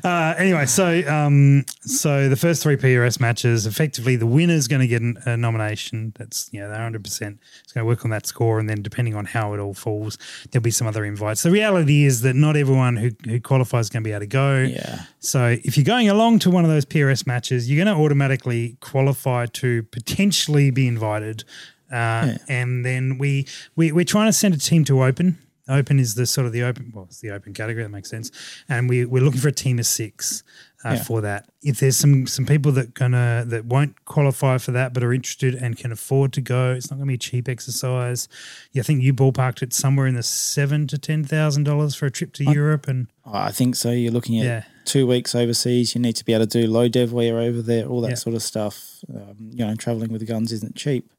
S1: Uh, anyway, so um, so the first three PRS matches, effectively, the winner's going to get an, a nomination. That's you know, hundred percent. It's going to work on that score, and then depending on how it all falls, there'll be some other invites. The reality is that not everyone who, who qualifies is going to be able to go.
S2: Yeah.
S1: So if you're going along to one of those PRS matches, you're going to automatically qualify to potentially be invited. Uh, And then we, we we're trying to send a team to open. Open is the sort of the open well, it's the open category that makes sense. And we we're looking for a team of six uh,
S2: Yeah.
S1: for that. If there's some some people that gonna that won't qualify for that but are interested and can afford to go, it's not gonna be a cheap exercise. Yeah, I think you ballparked it somewhere in the seven to ten thousand dollars for a trip to Europe and
S2: Oh, I think so. You're looking at
S1: Yeah.
S2: two weeks overseas. You need to be able to do low dev while you're over there, all that
S1: Yeah.
S2: sort of stuff. Um, you know, traveling with guns isn't cheap.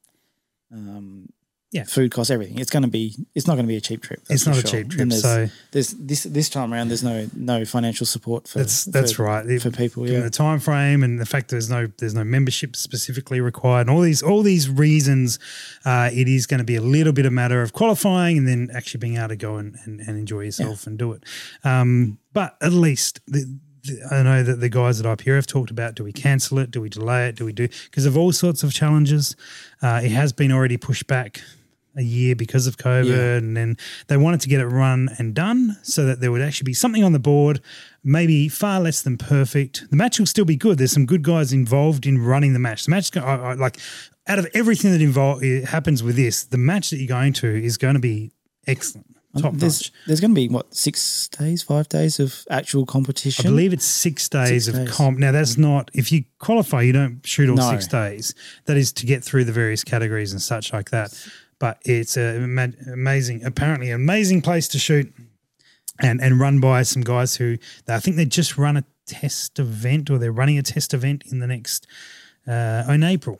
S2: Um,
S1: Yeah.
S2: food costs everything. It's going to be. It's not going to be a cheap trip. that's
S1: it's not
S2: for
S1: a
S2: sure.
S1: cheap trip.
S2: And there's-
S1: So
S2: there's this this time around. There's no no financial support for
S1: That's that's
S2: for-
S1: right. It-
S2: for people.
S1: given
S2: Yeah,
S1: the time frame and the fact there's no there's no membership specifically required, and all these all these reasons, uh, it is going to be a little bit a matter of qualifying and then actually being able to go and, and, and enjoy yourself and do it. Um, but at least the, the, I know that the guys at IPRF talked about: do we cancel it? Do we delay it? Do we do because of all sorts of challenges? Uh, it has been already pushed back a year because of COVID, and then they wanted to get it run and done so that there would actually be something on the board, maybe far less than perfect. The match will still be good. There's some good guys involved in running the match. The match, I, I, like, out of everything that involved happens with this, the match that you're going to is going to be excellent, top
S2: there's
S1: notch.
S2: there's going to be what six days, five days of actual competition.
S1: I believe it's six days of
S2: days. Mm.
S1: comp. Now that's not if you qualify, you don't shoot all
S2: No.
S1: six days. That is to get through the various categories and such like that. But it's a ma- amazing, apparently an amazing place to shoot, and and run by some guys who I think they just run a test event or they're running a test event in the next uh, in April.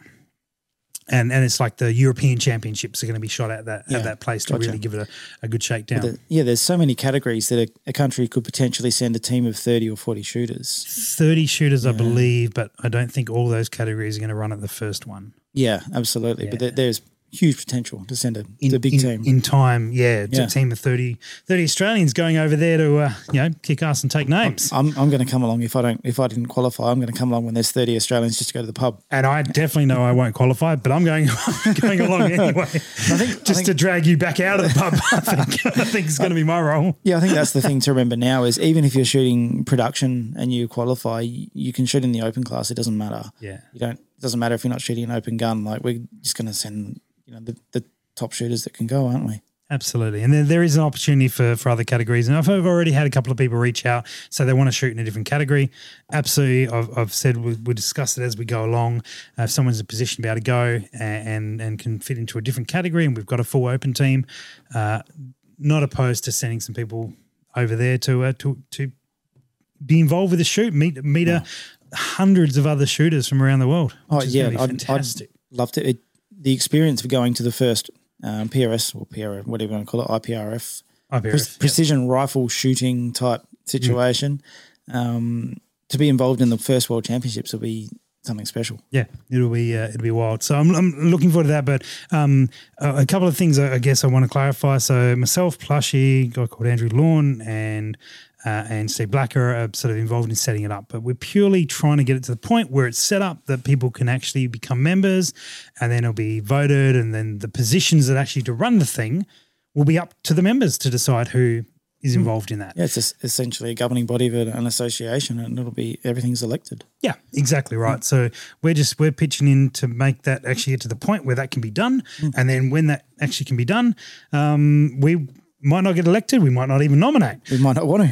S1: And, and it's like the European Championships are going to be shot at that
S2: Yeah,
S1: at that place to
S2: gotcha.
S1: really give it a, a good shakedown.
S2: The- yeah, there's so many categories that a, a country could potentially send a team of thirty or forty shooters.
S1: 30 shooters, I believe, but I don't think all those categories are going to run at the first one.
S2: Yeah, absolutely. But there, there's huge potential to send a
S1: In,
S2: the big
S1: in,
S2: team.
S1: In time, yeah. It's
S2: Yeah.
S1: a team of 30, 30 Australians going over there to, uh, you know, kick ass and take names.
S2: I'm, I'm going to come along if I don't if I didn't qualify. I'm going to come along when there's 30 Australians just to go to the pub.
S1: And I definitely know I won't qualify, but I'm going going along anyway. I think, just
S2: think-
S1: to drag you back out of the pub, I think, I think it's going to be my role.
S2: Yeah, I think that's the thing to remember now is even if you're shooting production and you qualify, you, you can shoot in the open class. It doesn't matter.
S1: Yeah.
S2: you don't. It doesn't matter if you're not shooting an open gun. Like we're just going to send you know the, the top shooters that can go, aren't we?
S1: Absolutely. And there, there is an opportunity for, for other categories. And I've, I've already had a couple of people reach out, say they want to shoot in a different category. Absolutely. I've, I've said we'll, we'll discuss it as we go along. Uh, if someone's in a position to be able to go a- and, and can fit into a different category and we've got a full open team, uh, not opposed to sending some people over there to, uh, to, to be involved with the shoot, meet, meet uh, hundreds of other shooters from around the world.
S2: Oh
S1: which is
S2: yeah,
S1: gonna be
S2: I'd,
S1: fantastic.
S2: I'd loved it. it. The experience of going to the first um, PRS or PR, whatever you want to call it, IPRF,
S1: IPRF,
S2: pre-
S1: yeah.
S2: precision rifle shooting type situation. Um, to be involved in the first world championships will be something special.
S1: Yeah, it'll be uh, it'll be wild. So I'm, I'm looking forward to that. But um, a, a couple of things I, I guess I want to clarify. So myself, Plushy, a guy called Andrew Lawn, and uh, and Steve Blacker are sort of involved in setting it up. But we're purely trying to get it to the point where it's set up that people can actually become members, and then it'll be voted, and then the positions that actually to run the thing will be up to the members to decide who is involved in that.
S2: Yeah, it's es- essentially a governing body of an association, and it'll be everything's elected.
S1: Yeah, exactly
S2: Mm.
S1: right. So we're just we're pitching in to make that actually get to the point where that can be done,
S2: Mm.
S1: and then when that actually can be done, um, we might not get elected. We might not even nominate.
S2: We might not want to.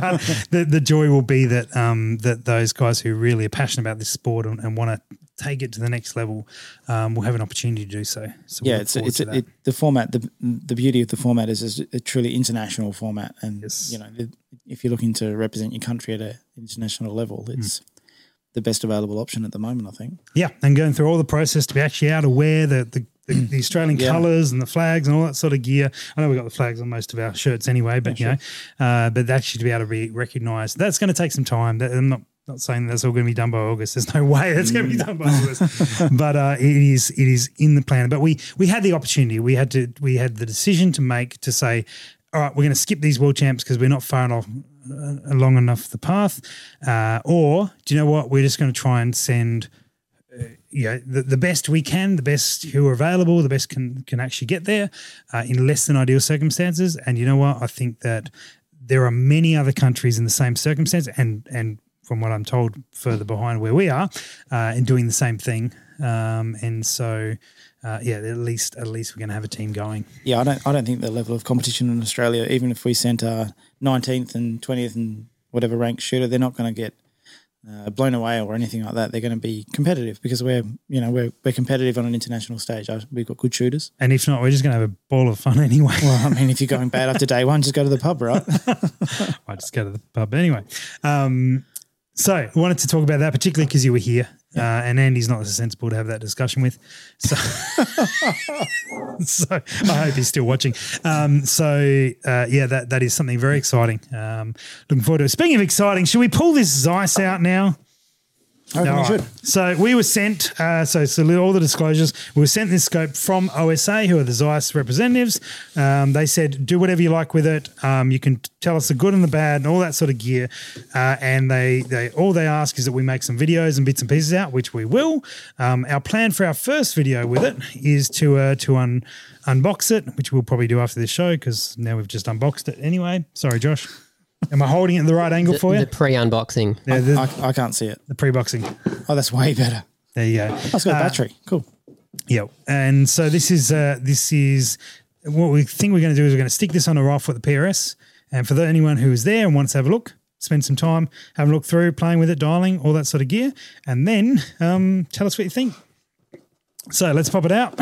S1: but the, the joy will be that um, that those guys who really are passionate about this sport and, and want to take it to the next level um, will have an opportunity to do so. So we
S2: yeah,
S1: look
S2: it's
S1: forward
S2: it's
S1: to that.
S2: it, the format. The the beauty of the format is it's a truly international format, and
S1: Yes.
S2: you know the- if you're looking to represent your country at an international level, it's the best available option at the moment. I think.
S1: Yeah, and going through all the process to be actually able to wear the the, the, the Australian
S2: Yeah.
S1: colours and the flags and all that sort of gear. I know we got the flags on most of our shirts anyway, but you know, uh, but actually to be able to be recognised, that's going to take some time. That, I'm not not saying that's all going to be done by August. There's no way that's going to be done by August, but uh, it is it is in the plan. But we we had the opportunity. We had to we had the decision to make to say. all right, we're going to skip these world champs because we're not far enough, uh, along enough the path. Uh, or do you know what? We're just going to try and send, uh, you know, the, the best we can, the best who are available, the best can can actually get there uh, in less than ideal circumstances. And you know what? I think that there are many other countries in the same circumstance, and and from what I'm told, further behind where we are, uh, and doing the same thing. Um, and so, uh, yeah, at least at least we're going to have a team going.
S2: Yeah, I don't. I don't think the level of competition in Australia, even if we sent our nineteenth and twentieth and whatever ranked shooter, they're not going to get uh, blown away or anything like that. They're going to be competitive because we're, you know, we're we're competitive on an international stage. I, we've got good shooters.
S1: And if not, we're just going to have a ball of fun anyway.
S2: Well, I mean, if you're going bad after day one, just go to the pub, right?
S1: I just go to the pub anyway. Um, so I wanted to talk about that particularly because you were here, uh, and Andy's not as sensible to have that discussion with. So, so I hope he's still watching. Um, so uh, yeah, that that is something very exciting. Um, looking forward to it. Speaking of exciting, should we pull this Zeiss out now?
S2: I reckon we
S1: All right.
S2: should.
S1: So we were sent, uh, so, so all the disclosures, we were sent this scope from OSA, who are the Zeiss representatives. Um, they said, do whatever you like with it. Um, you can t- tell us the good and the bad and all that sort of gear. Uh, and they, they all they ask is that we make some videos and bits and pieces out, which we will. Um, our plan for our first video with it is to uh, to un- unbox it, which we'll probably do after this show because now we've just unboxed it anyway. Sorry, Josh. Am I holding it at the right angle for you?
S4: The pre unboxing.
S1: Yeah, the,
S2: I, I can't see it.
S1: the pre-boxing.
S2: Oh, that's way better.
S1: There you go.
S2: That's got a battery. Cool.
S1: Yep. And so this is uh, this is what we think we're going to do is we're going to stick this on a raft with the PRS. And for the, anyone who is there and wants to have a look, spend some time, have a look through, playing with it, dialing, all that sort of gear, and then um, tell us what you think. So let's pop it out.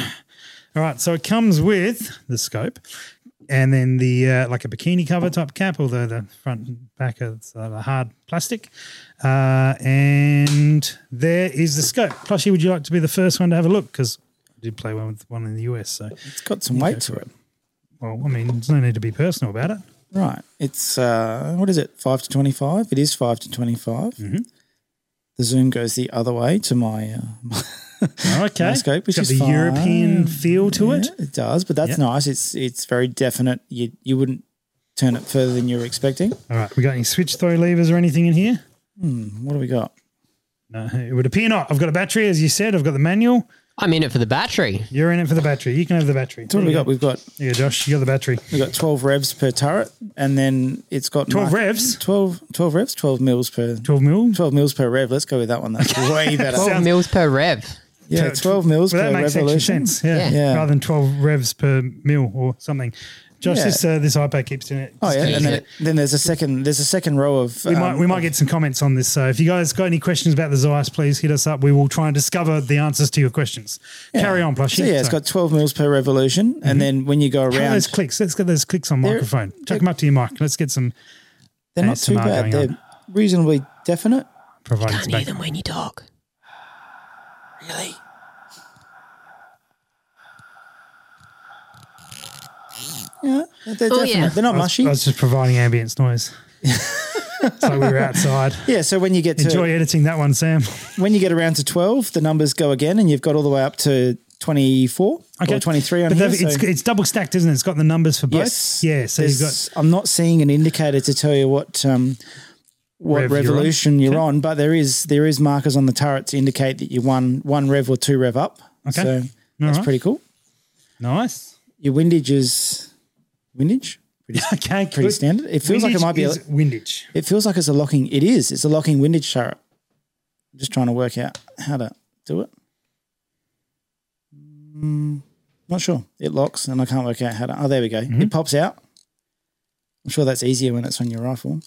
S1: All right. So it comes with the scope. And then the uh, like a bikini cover type cap, although the front and back is uh, hard plastic. Uh, and there is the scope. Plushie, would you like to be the first one to have a look? Because I did play one with one in the US. So,
S2: It's got some weight to it.
S1: well, I mean, there's no need to be personal about it.
S2: Right. It's uh, what is it? Five to twenty-five. It is five to 25 The zoom goes the other way to my, uh, my
S1: Okay.
S2: Nice scope, which
S1: Got
S2: is
S1: the
S2: fine.
S1: European feel to it.
S2: Yeah, it does, but that's
S1: Yeah.
S2: nice. It's it's very definite. You you wouldn't turn it further than you were expecting.
S1: All right. We got any switch throw levers or anything in here?
S2: What do we got?
S1: No, it would appear not. I've got a battery, as you said. I've got the manual.
S4: I'm in it for the battery.
S1: You're in it for the battery. You can have the battery.
S2: So what do we got? We've got
S1: Yeah, Josh, you got the battery.
S2: we've got twelve revs per turret, and then it's got
S1: 12 revs?
S2: 12, 12 revs, twelve mils per
S1: 12 mil.
S2: twelve mils per rev. Let's go with that one. That's way better.
S4: 12
S1: Sounds-
S4: mils per rev.
S2: yeah, twelve mils
S1: Well, that
S2: per
S1: makes extra
S2: revolution.
S1: sense. Yeah.
S4: Yeah.
S2: Yeah.
S1: Rather than 12 revs per mil or something. Josh,
S2: Yeah.
S1: this uh, this iPad keeps doing it.
S2: Oh yeah,
S4: Just
S2: and
S4: use
S2: then, then there's a second there's a second row of
S1: We might,
S2: um,
S1: we might get some comments on this. So if you guys got any questions about the Zeiss, please hit us up. We will try and discover the answers to your questions. Carry on, Plushie.
S2: So yeah,
S1: Sorry.
S2: it's
S1: Mm-hmm.
S2: got 12 mils per revolution, and then when you go
S1: How are
S2: around,
S1: those clicks. Let's get those clicks on microphone. Chuck them up to your mic. Let's get some
S2: they're not too
S1: ASMR going
S2: bad. They're
S1: on.
S2: reasonably definite.
S1: provided
S4: Can't hear
S1: space.
S4: them when you talk. Really?
S2: Yeah, they're,
S4: Oh,
S2: definite.
S4: yeah.
S2: they're not
S1: I was-
S2: mushy.
S1: I was just providing ambience noise. so we were outside.
S2: yeah, so when you get to
S1: Enjoy editing that one, Sam.
S2: when you get around to 12, the numbers go again, and you've got all the way up to 24 or 23 on
S1: But
S2: here.
S1: they've- it's,
S2: so-
S1: it's double stacked, isn't it? It's got the numbers for both.
S2: yes,
S1: Yeah. So you've got
S2: There's- I'm not seeing an indicator to tell you what. Um, what
S1: Rev you're on.
S2: revolution you're on, but there is there is markers on the turret to indicate that you one one rev or two rev up.
S1: Okay.
S2: so
S1: All
S2: that's
S1: right.
S2: pretty cool.
S1: nice.
S2: Your windage is windage, pretty
S1: Okay.
S2: pretty
S1: good.
S2: standard. It feels like it
S1: Windage
S2: might be.
S1: is windage.
S2: it feels like it's a locking. It is. It's a locking windage turret. I'm just trying to work out how to do it. Mm, not sure. It locks, and I can't work out how to. Oh, there we go. It pops out. I'm sure that's easier when it's on your rifle.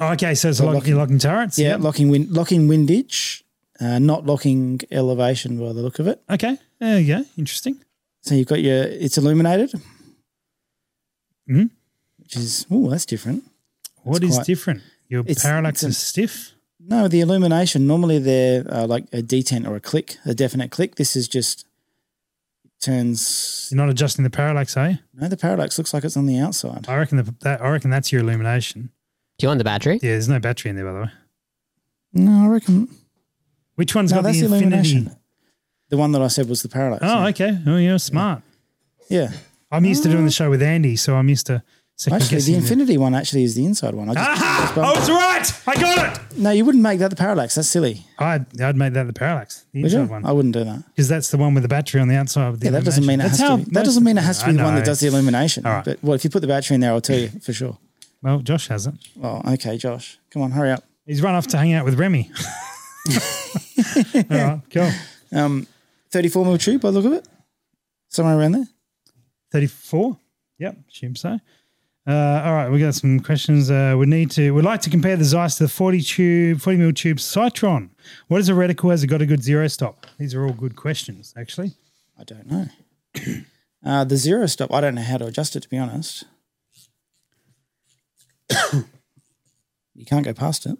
S1: Oh, Okay, so it's like
S2: locking-
S1: locking, locking turrets.
S2: Yeah,
S1: Yep.
S2: locking wind, locking windage, uh, not locking elevation by the look of it.
S1: okay. There you go. Interesting.
S2: So you've got your. It's illuminated.
S1: Mhm.
S2: Which is oh, that's different.
S1: What is
S2: quite-
S1: different? Your
S2: it's-
S1: parallax
S2: it's an-
S1: is stiff.
S2: No, the illumination. Normally they're uh, like a detent or a click, a definite click. This is just turns.
S1: You're not adjusting the parallax, eh?
S2: No, the parallax looks like it's on the outside.
S1: I reckon the, that. I reckon that's your illumination.
S4: Do you want the battery?
S1: Yeah, there's no battery in there, by the way.
S2: No, I reckon.
S1: Which one's
S2: No,
S1: got
S2: that's
S1: the
S2: the
S1: infinity?
S2: illumination. The one that I said was the parallax.
S1: Oh, okay. Oh, you're smart.
S2: yeah.
S1: I'm used to doing the show with Andy, so I'm used to second
S2: Actually, the
S1: guessing. it.
S2: infinity one actually is the inside one. I just,
S1: Ah, I was right. I got it.
S2: No, you wouldn't make that the parallax. That's silly.
S1: I'd, I'd make that the parallax, the
S2: Would you?
S1: inside one,
S2: I wouldn't do that.
S1: because that's the one with the battery on the outside. With the
S2: Yeah, that doesn't mean
S1: illumination.
S2: it
S1: That's
S2: has
S1: how
S2: to. Be, that
S1: most
S2: doesn't
S1: of
S2: mean it
S1: them-
S2: has to
S1: I
S2: be the one that
S1: know.
S2: does the illumination.
S1: All right.
S2: But well, if you put the battery in there, I'll tell you for sure.
S1: Well, Josh has it.
S2: Oh, okay, Josh, come on, hurry up.
S1: He's run off to hang out with Remy. All right, cool.
S2: Um, thirty-four mil tube by the look of it, somewhere around there.
S1: 34 yep assume so uh, all right we got some questions uh, we need to we'd like to compare the zeiss to the 40 tube 40 mil tube citron what is a reticle has it got a good zero stop these are all good questions actually
S2: I don't know. Uh, the zero stop. I don't know how to adjust it to be honest. you can't go past it.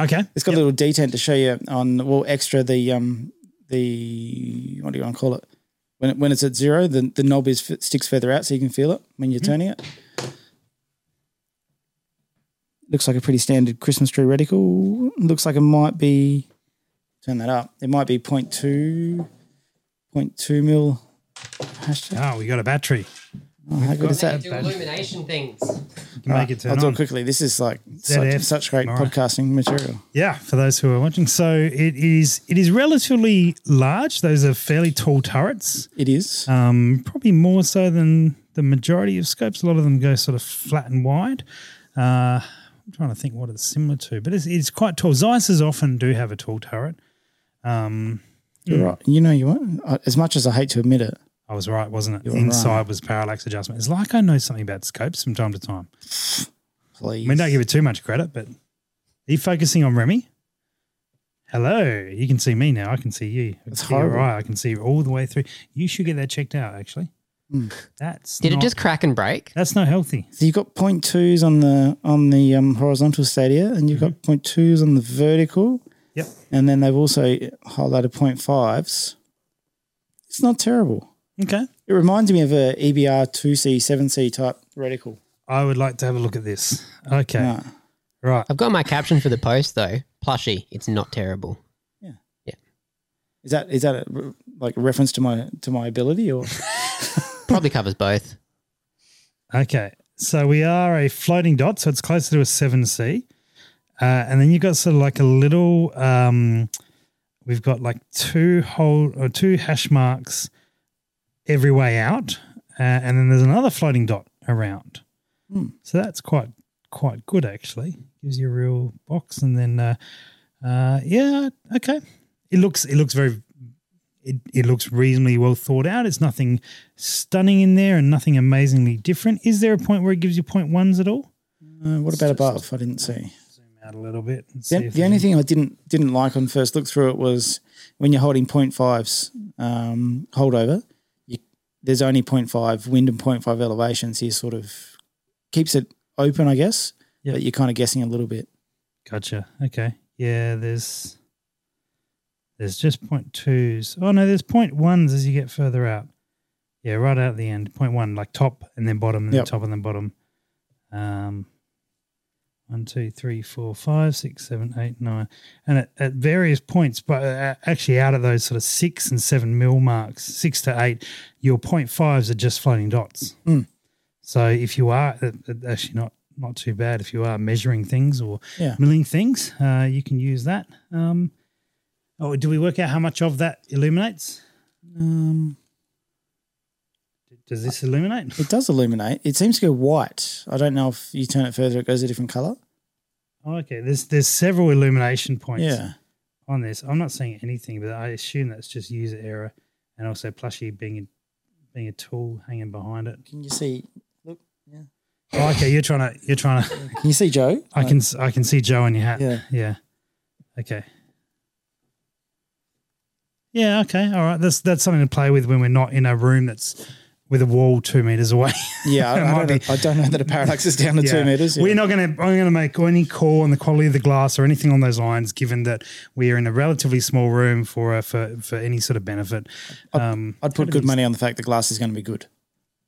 S1: okay
S2: It's got a little detent to show you on well extra the um the what do you want to call it when it, when it's at zero the the knob is sticks further out so you can feel it when you're
S1: Hmm.
S2: turning it. Looks like a pretty standard Christmas tree reticle. Looks like it might be turn that up. It might be 0.2, 0.2 mil. Hashtag.
S1: oh we got a battery
S2: Oh, how good is that?
S4: do illumination things.
S1: you can make it
S2: I'll
S1: turn
S2: do
S1: on.
S2: it quickly. This is like
S1: ZF.
S2: such, such great
S1: All right.
S2: podcasting material.
S1: yeah for those who are watching so it is it is relatively large those are fairly tall turrets
S2: It is.
S1: um, probably more so than the majority of scopes. A lot of them go sort of flat and wide. Uh, I'm trying to think what it's similar to, but it's, it's quite tall. Zeisses often do have a tall turret. mm.
S2: You're right. You know you won't. I- As much as I hate to admit it,
S1: I was right, wasn't it?
S2: You're
S1: Inside was parallax adjustment. It's like I know something about scopes from time to time.
S2: please.
S1: I mean, don't give it too much credit, but are you focusing on Remy? Hello, you can see me now. I can see you. I can
S2: That's
S1: see your
S2: horrible.
S1: eye. I can see you all the way through. You should get that checked out. Actually,
S2: Hmm.
S1: that's
S4: Did
S1: not-
S4: it just crack and break?
S1: That's not healthy.
S2: So you've got point twos on the on the um, horizontal stadia, and you've got point twos on the vertical,
S1: Yep.
S2: and then they've also highlighted point fives. It's not terrible.
S1: Okay.
S2: It reminds me of a EBR two C seven C type reticle. Ah.
S1: I would like to have a look at this. Okay.
S2: No.
S1: Right.
S4: I've got my caption for the post though. Plushy, it's not terrible.
S2: Is that is that a, re- like a reference to my to my ability or
S4: Probably covers both.
S1: Okay. So we are a floating dot, so it's closer to a 7C. Uh, and then you've got sort of like a little, um, we've got like two whole or two hash marks every way out. Uh, and then there's another floating dot around. So that's quite, quite good actually. Gives you a real box. And then, uh, uh, yeah, okay. It looks, it looks very, it, it looks reasonably well thought out. It's nothing stunning in there and nothing amazingly different. Is there a point where it gives you point ones at all?
S2: uh, what about above? I didn't see.
S1: Out a little bit. And see
S2: The,
S1: if
S2: the only thing I didn't didn't like on first look through it was when you're holding 0.5s um, holdover, you, there's only 0.5 wind and 0.5 elevation, so you sort of keeps it open, I guess.
S1: Yep.
S2: But you're kind of guessing a little bit.
S1: Gotcha. Okay. Yeah. There's there's just point twos. Oh no, there's point ones as you get further out. Yeah, right out at the end. Point one, like top and then bottom, and
S2: Yep.
S1: then top and then bottom. Um, one, two, three, four, five, six, seven, eight, nine, and at, at various points, but uh, actually out of those sort of six and seven mil marks, six to eight, your point fives are just floating dots. So if you are uh, uh, actually not not too bad if you are measuring things or
S2: Yeah.
S1: milling things, uh, you can use that. Um, oh, do we work out how much of that illuminates?
S2: Um,
S1: Does this illuminate?
S2: it does illuminate. It seems to go white. I don't know if you turn it further, it goes a different color.
S1: Oh, okay, there's there's several illumination points
S2: Yeah.
S1: on this. I'm not seeing anything, but I assume that's just user error, and also plushie being a, being a tool hanging behind it.
S2: Can you see?
S1: Oh, okay, you're trying to you're trying to.
S2: Can you see Joe?
S1: I can s- I can see Joe on your hat.
S2: Yeah.
S1: Yeah. Okay. Yeah. Okay. All right. That's that's something to play with when we're not in a room that's with a wall two meters away.
S2: Yeah,
S1: It
S2: I, I,
S1: might
S2: don't,
S1: be.
S2: know- I don't know that a parallax is down to
S1: Yeah.
S2: two meters. Yeah.
S1: We're not going to. I'm going to make any call on the quality of the glass or anything on those lines, given that we are in a relatively small room for uh, for for any sort of benefit. Um.
S2: I'd put good money on the fact the glass is going to be good,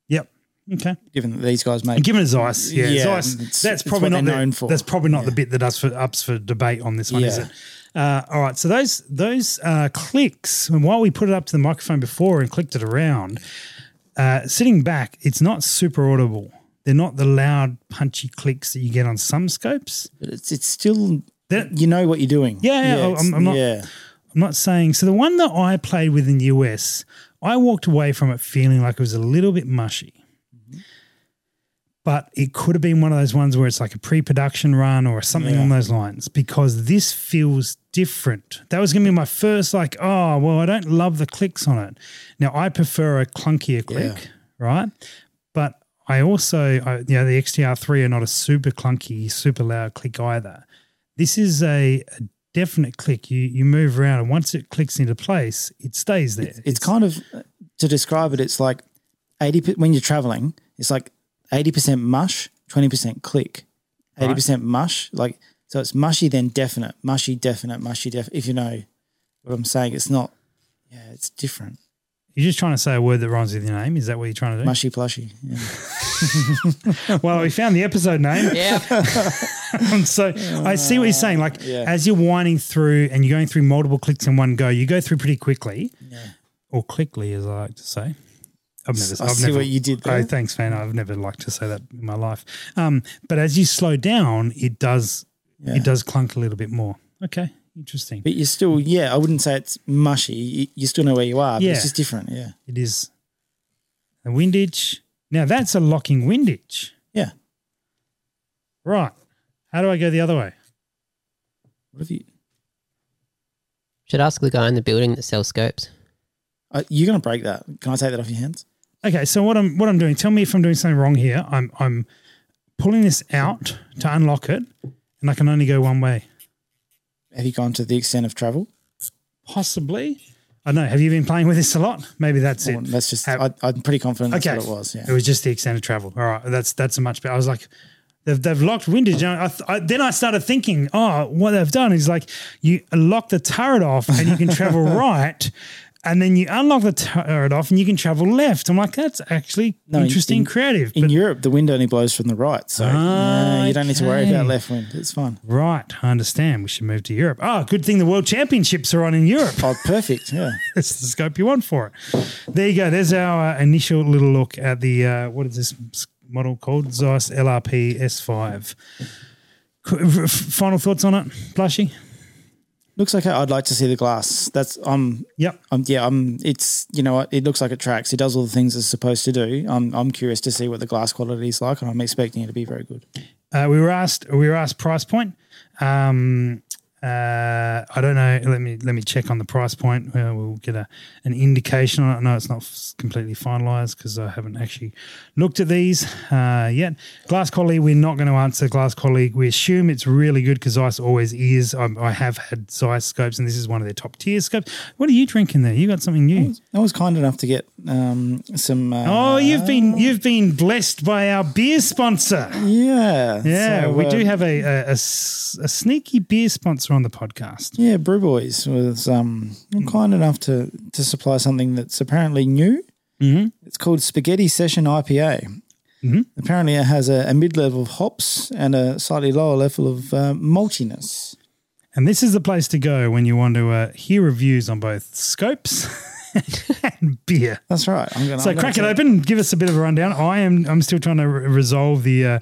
S1: Yep. Okay.
S2: given that these guys
S1: And
S2: make.
S1: given it's ice, yeah, it's
S2: Yeah,
S1: ice.
S2: it's-
S1: that's
S2: it's
S1: probably
S2: what
S1: not
S2: they're
S1: the,
S2: known for.
S1: That's probably not the bit that us for ups for debate on this one, is
S2: Yeah.
S1: it? Uh, all right, so those those uh, clicks, and while we put it up to the microphone before and clicked it around, uh, sitting back, it's not super audible. They're not the loud, punchy clicks that you get on some scopes.
S2: But it's it's still
S1: That-
S2: you know what you're doing.
S1: Yeah, yeah,
S2: it's-
S1: I'm- I'm not-
S2: yeah.
S1: I'm not saying. So the one that I played with in the US, I walked away from it feeling like it was a little bit mushy. But it could have been one of those ones where it's like a pre-production run or something on those lines because this feels different. That was going to be my first like, oh, well, I don't love the clicks on it. Now I prefer a clunkier click, right? But I also, I, you know, the XTR3 are not a super clunky, super loud click either. This is a, a definite click. You you move around, and once it clicks into place, it stays there.
S2: It's kind of to describe it. It's like eighty per- when you're traveling. It's like eighty percent mush, twenty percent click. Eighty percent mush, like so. It's mushy, then definite, mushy, definite, mushy, def. If you know what I'm saying, it's not. Yeah, it's different.
S1: You're just trying to say a word that rhymes with your name. Is that what you're trying to do?
S2: Mushy, plushy. Yeah.
S1: Well, we found the episode name.
S4: Yeah.
S1: Um, so I see what you're saying. Like
S2: yeah.
S1: as you're winding through and you're going through multiple clicks in one go, you go through pretty quickly, or quickly, as I like to say. I've never.
S2: I
S1: I've
S2: see
S1: never,
S2: what you did
S1: Oh,
S2: there.
S1: thanks, man. I've never liked to say that in my life. Um, but as you slow down, it does
S2: Yeah.
S1: it does clunk a little bit more. Okay, interesting.
S2: But you're still, yeah. I wouldn't say it's mushy. You, you still know where you are. But
S1: Yeah.
S2: It's just different. Yeah.
S1: It is a windage. Now that's a locking windage.
S2: Yeah.
S1: Right. How do I go the other way?
S2: What have you?
S4: Should ask the guy in the building that sells scopes.
S2: Uh, you're gonna break that. Can I take that off your hands?
S1: Okay, so what I'm what I'm doing, tell me if I'm doing something wrong here. I'm I'm pulling this out to unlock it, and I can only go one way.
S2: Have you gone to the extent of travel?
S1: Possibly. I don't know. Have you been playing with this a lot? Maybe that's
S2: Or
S1: it.
S2: that's just.
S1: Have-
S2: I, I'm pretty confident that's
S1: okay.
S2: what it was. Yeah.
S1: It was just the extent of travel. All right. That's that's a much better. I was like, they've, they've locked windage. And I th- I, then I started thinking, oh, what they've done is like you lock the turret off and you can travel right. And then you unlock the turret off and you can travel left. I'm like, that's actually
S2: in-
S1: interesting,
S2: in-
S1: creative.
S2: In Europe, the wind only blows from the right, so yeah, you don't need to worry
S1: Okay.
S2: about left wind. It's fine.
S1: right. I understand. We should move to Europe. Oh, good thing the world championships are on in Europe.
S2: Oh, perfect. Yeah,
S1: That's the scope you want for it. There you go. There's our uh, initial little look at the uh, what is this model called? Zeiss LRP S5. Qu- f- Final thoughts on it, Blushy?
S2: looks okay. I'd like to see the glass. That's I'm.
S1: Yep.
S2: I'm yeah. I'm. It's you know what. It looks like it tracks. It does all the things it's supposed to do. I'm. I'm curious to see what the glass quality is like, and I'm expecting it to be very good.
S1: Uh, we were asked. We were asked price point. Um, uh, I don't know. Let me let me check on the price point. Uh, we'll get a, an indication on it. No, it's not f- completely finalized because I haven't actually looked at these uh, yet. Glass quality. We're not going to answer glass quality. We assume it's really good because Zeiss always is. I, I have had Zeiss scopes, and this is one of their top tier scopes. What are you drinking there? You got something new?
S2: I was kind enough to get um, some. Uh,
S1: Oh, you've been you've been blessed by our beer sponsor.
S2: yeah,
S1: Oh. Yeah,
S2: So,
S1: we
S2: uh,
S1: do have a, a, a s- a sneaky beer sponsor on the podcast.
S2: Yeah, Brew Boys was um,
S1: Hmm.
S2: kind enough to to supply something that's apparently new. Mm-hmm. It's called Spaghetti Session IPA.
S1: Mm-hmm.
S2: Apparently, it has a, a mid level of hops and a slightly lower level of uh, maltiness.
S1: And this is the place to go when you want to uh, hear reviews on both scopes and beer.
S2: That's right. I'm gonna
S1: So
S2: I'm gonna
S1: crack it
S2: take-
S1: open, give us a bit of a rundown. I am I'm still trying to re- resolve the uh,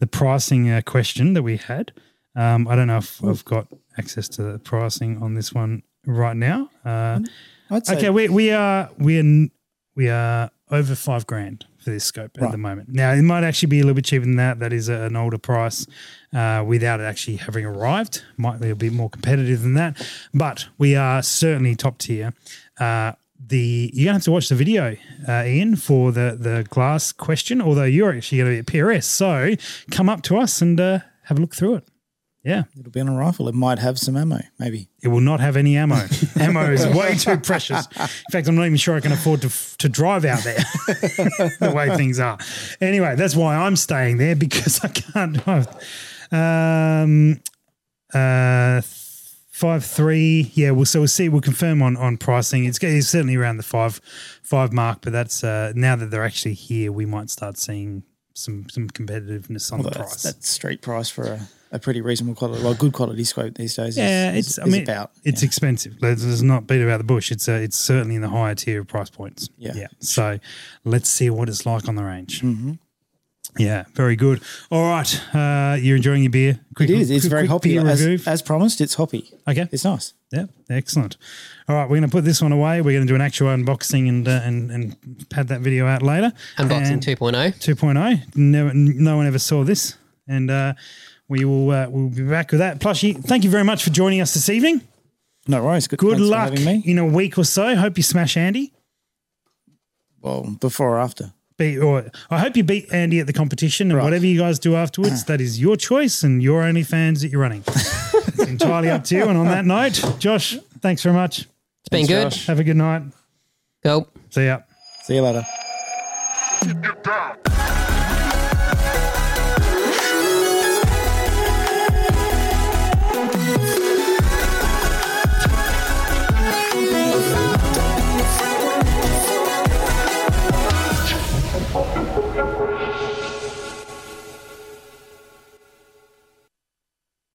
S1: the pricing uh, question that we had. Um, I don't know if I've got access to the pricing on this one right now. Uh,
S2: I'd say,
S1: Okay, we we are we are n- we are over five grand for this scope at the moment. Now it might actually be a little bit cheaper than that. That is a, an older price, uh, without it actually having arrived. Might be a bit more competitive than that, but we are certainly top tier. Uh, the you're gonna have to watch the video, uh, Ian, for the the glass question. Although you're actually gonna be at PRS, so come up to us and uh, have a look through it. Yeah.
S2: it'll be on a rifle. It might have some ammo, maybe.
S1: It will not have any ammo. ammo is way too precious. In fact, I'm not even sure I can afford to, to drive out there the way things are. Anyway, that's why I'm staying there because I can't drive. Um, uh, five three. Yeah, we'll so we'll see. We'll confirm on on pricing. It's, it's certainly around the five five mark, but that's uh, now that they're actually here, we might start seeing some some competitiveness on
S2: Although
S1: the
S2: that's,
S1: price.
S2: that's street price for a, a pretty reasonable quality, like good quality scope these days. Is,
S1: yeah,
S2: is-
S1: it's I
S2: is
S1: mean
S2: about
S1: it's
S2: yeah.
S1: expensive. Let's, let's not beat about the bush. It's uh, it's certainly in the higher tier of price points.
S2: Yeah.
S1: yeah. So let's see what it's like on the range.
S2: Mm-hmm.
S1: Yeah, very good. All right, uh, you're enjoying your beer. Quick,
S2: it is. It's
S1: quick-
S2: very
S1: quick
S2: hoppy.
S1: Beer review.
S2: As, as promised, it's hoppy.
S1: okay.
S2: It's nice.
S1: Yeah, excellent. All right, we're going to put this one away. We're going to do an actual unboxing and uh, and and pad that video out later.
S4: Unboxing oh.
S1: And-
S4: 2.0.
S1: 2.0. Never, n- no one ever saw this, and uh, we will uh, we'll be back with that. Plushy, thank you very much for joining us this evening.
S2: No worries.
S1: Good
S2: thanks for
S1: luck
S2: having me.
S1: in a week or so. Hope you smash Andy.
S2: Well, before or after.
S1: Be, or I hope you beat Andy at the competition, and whatever you guys do afterwards, that is your choice and your only fans that you're running. it's entirely up to you. And on that note, Josh, thanks very much.
S4: It's been good.
S2: Josh.
S1: Have a good night.
S4: Go.
S1: See ya.
S2: See you later.
S5: Get down.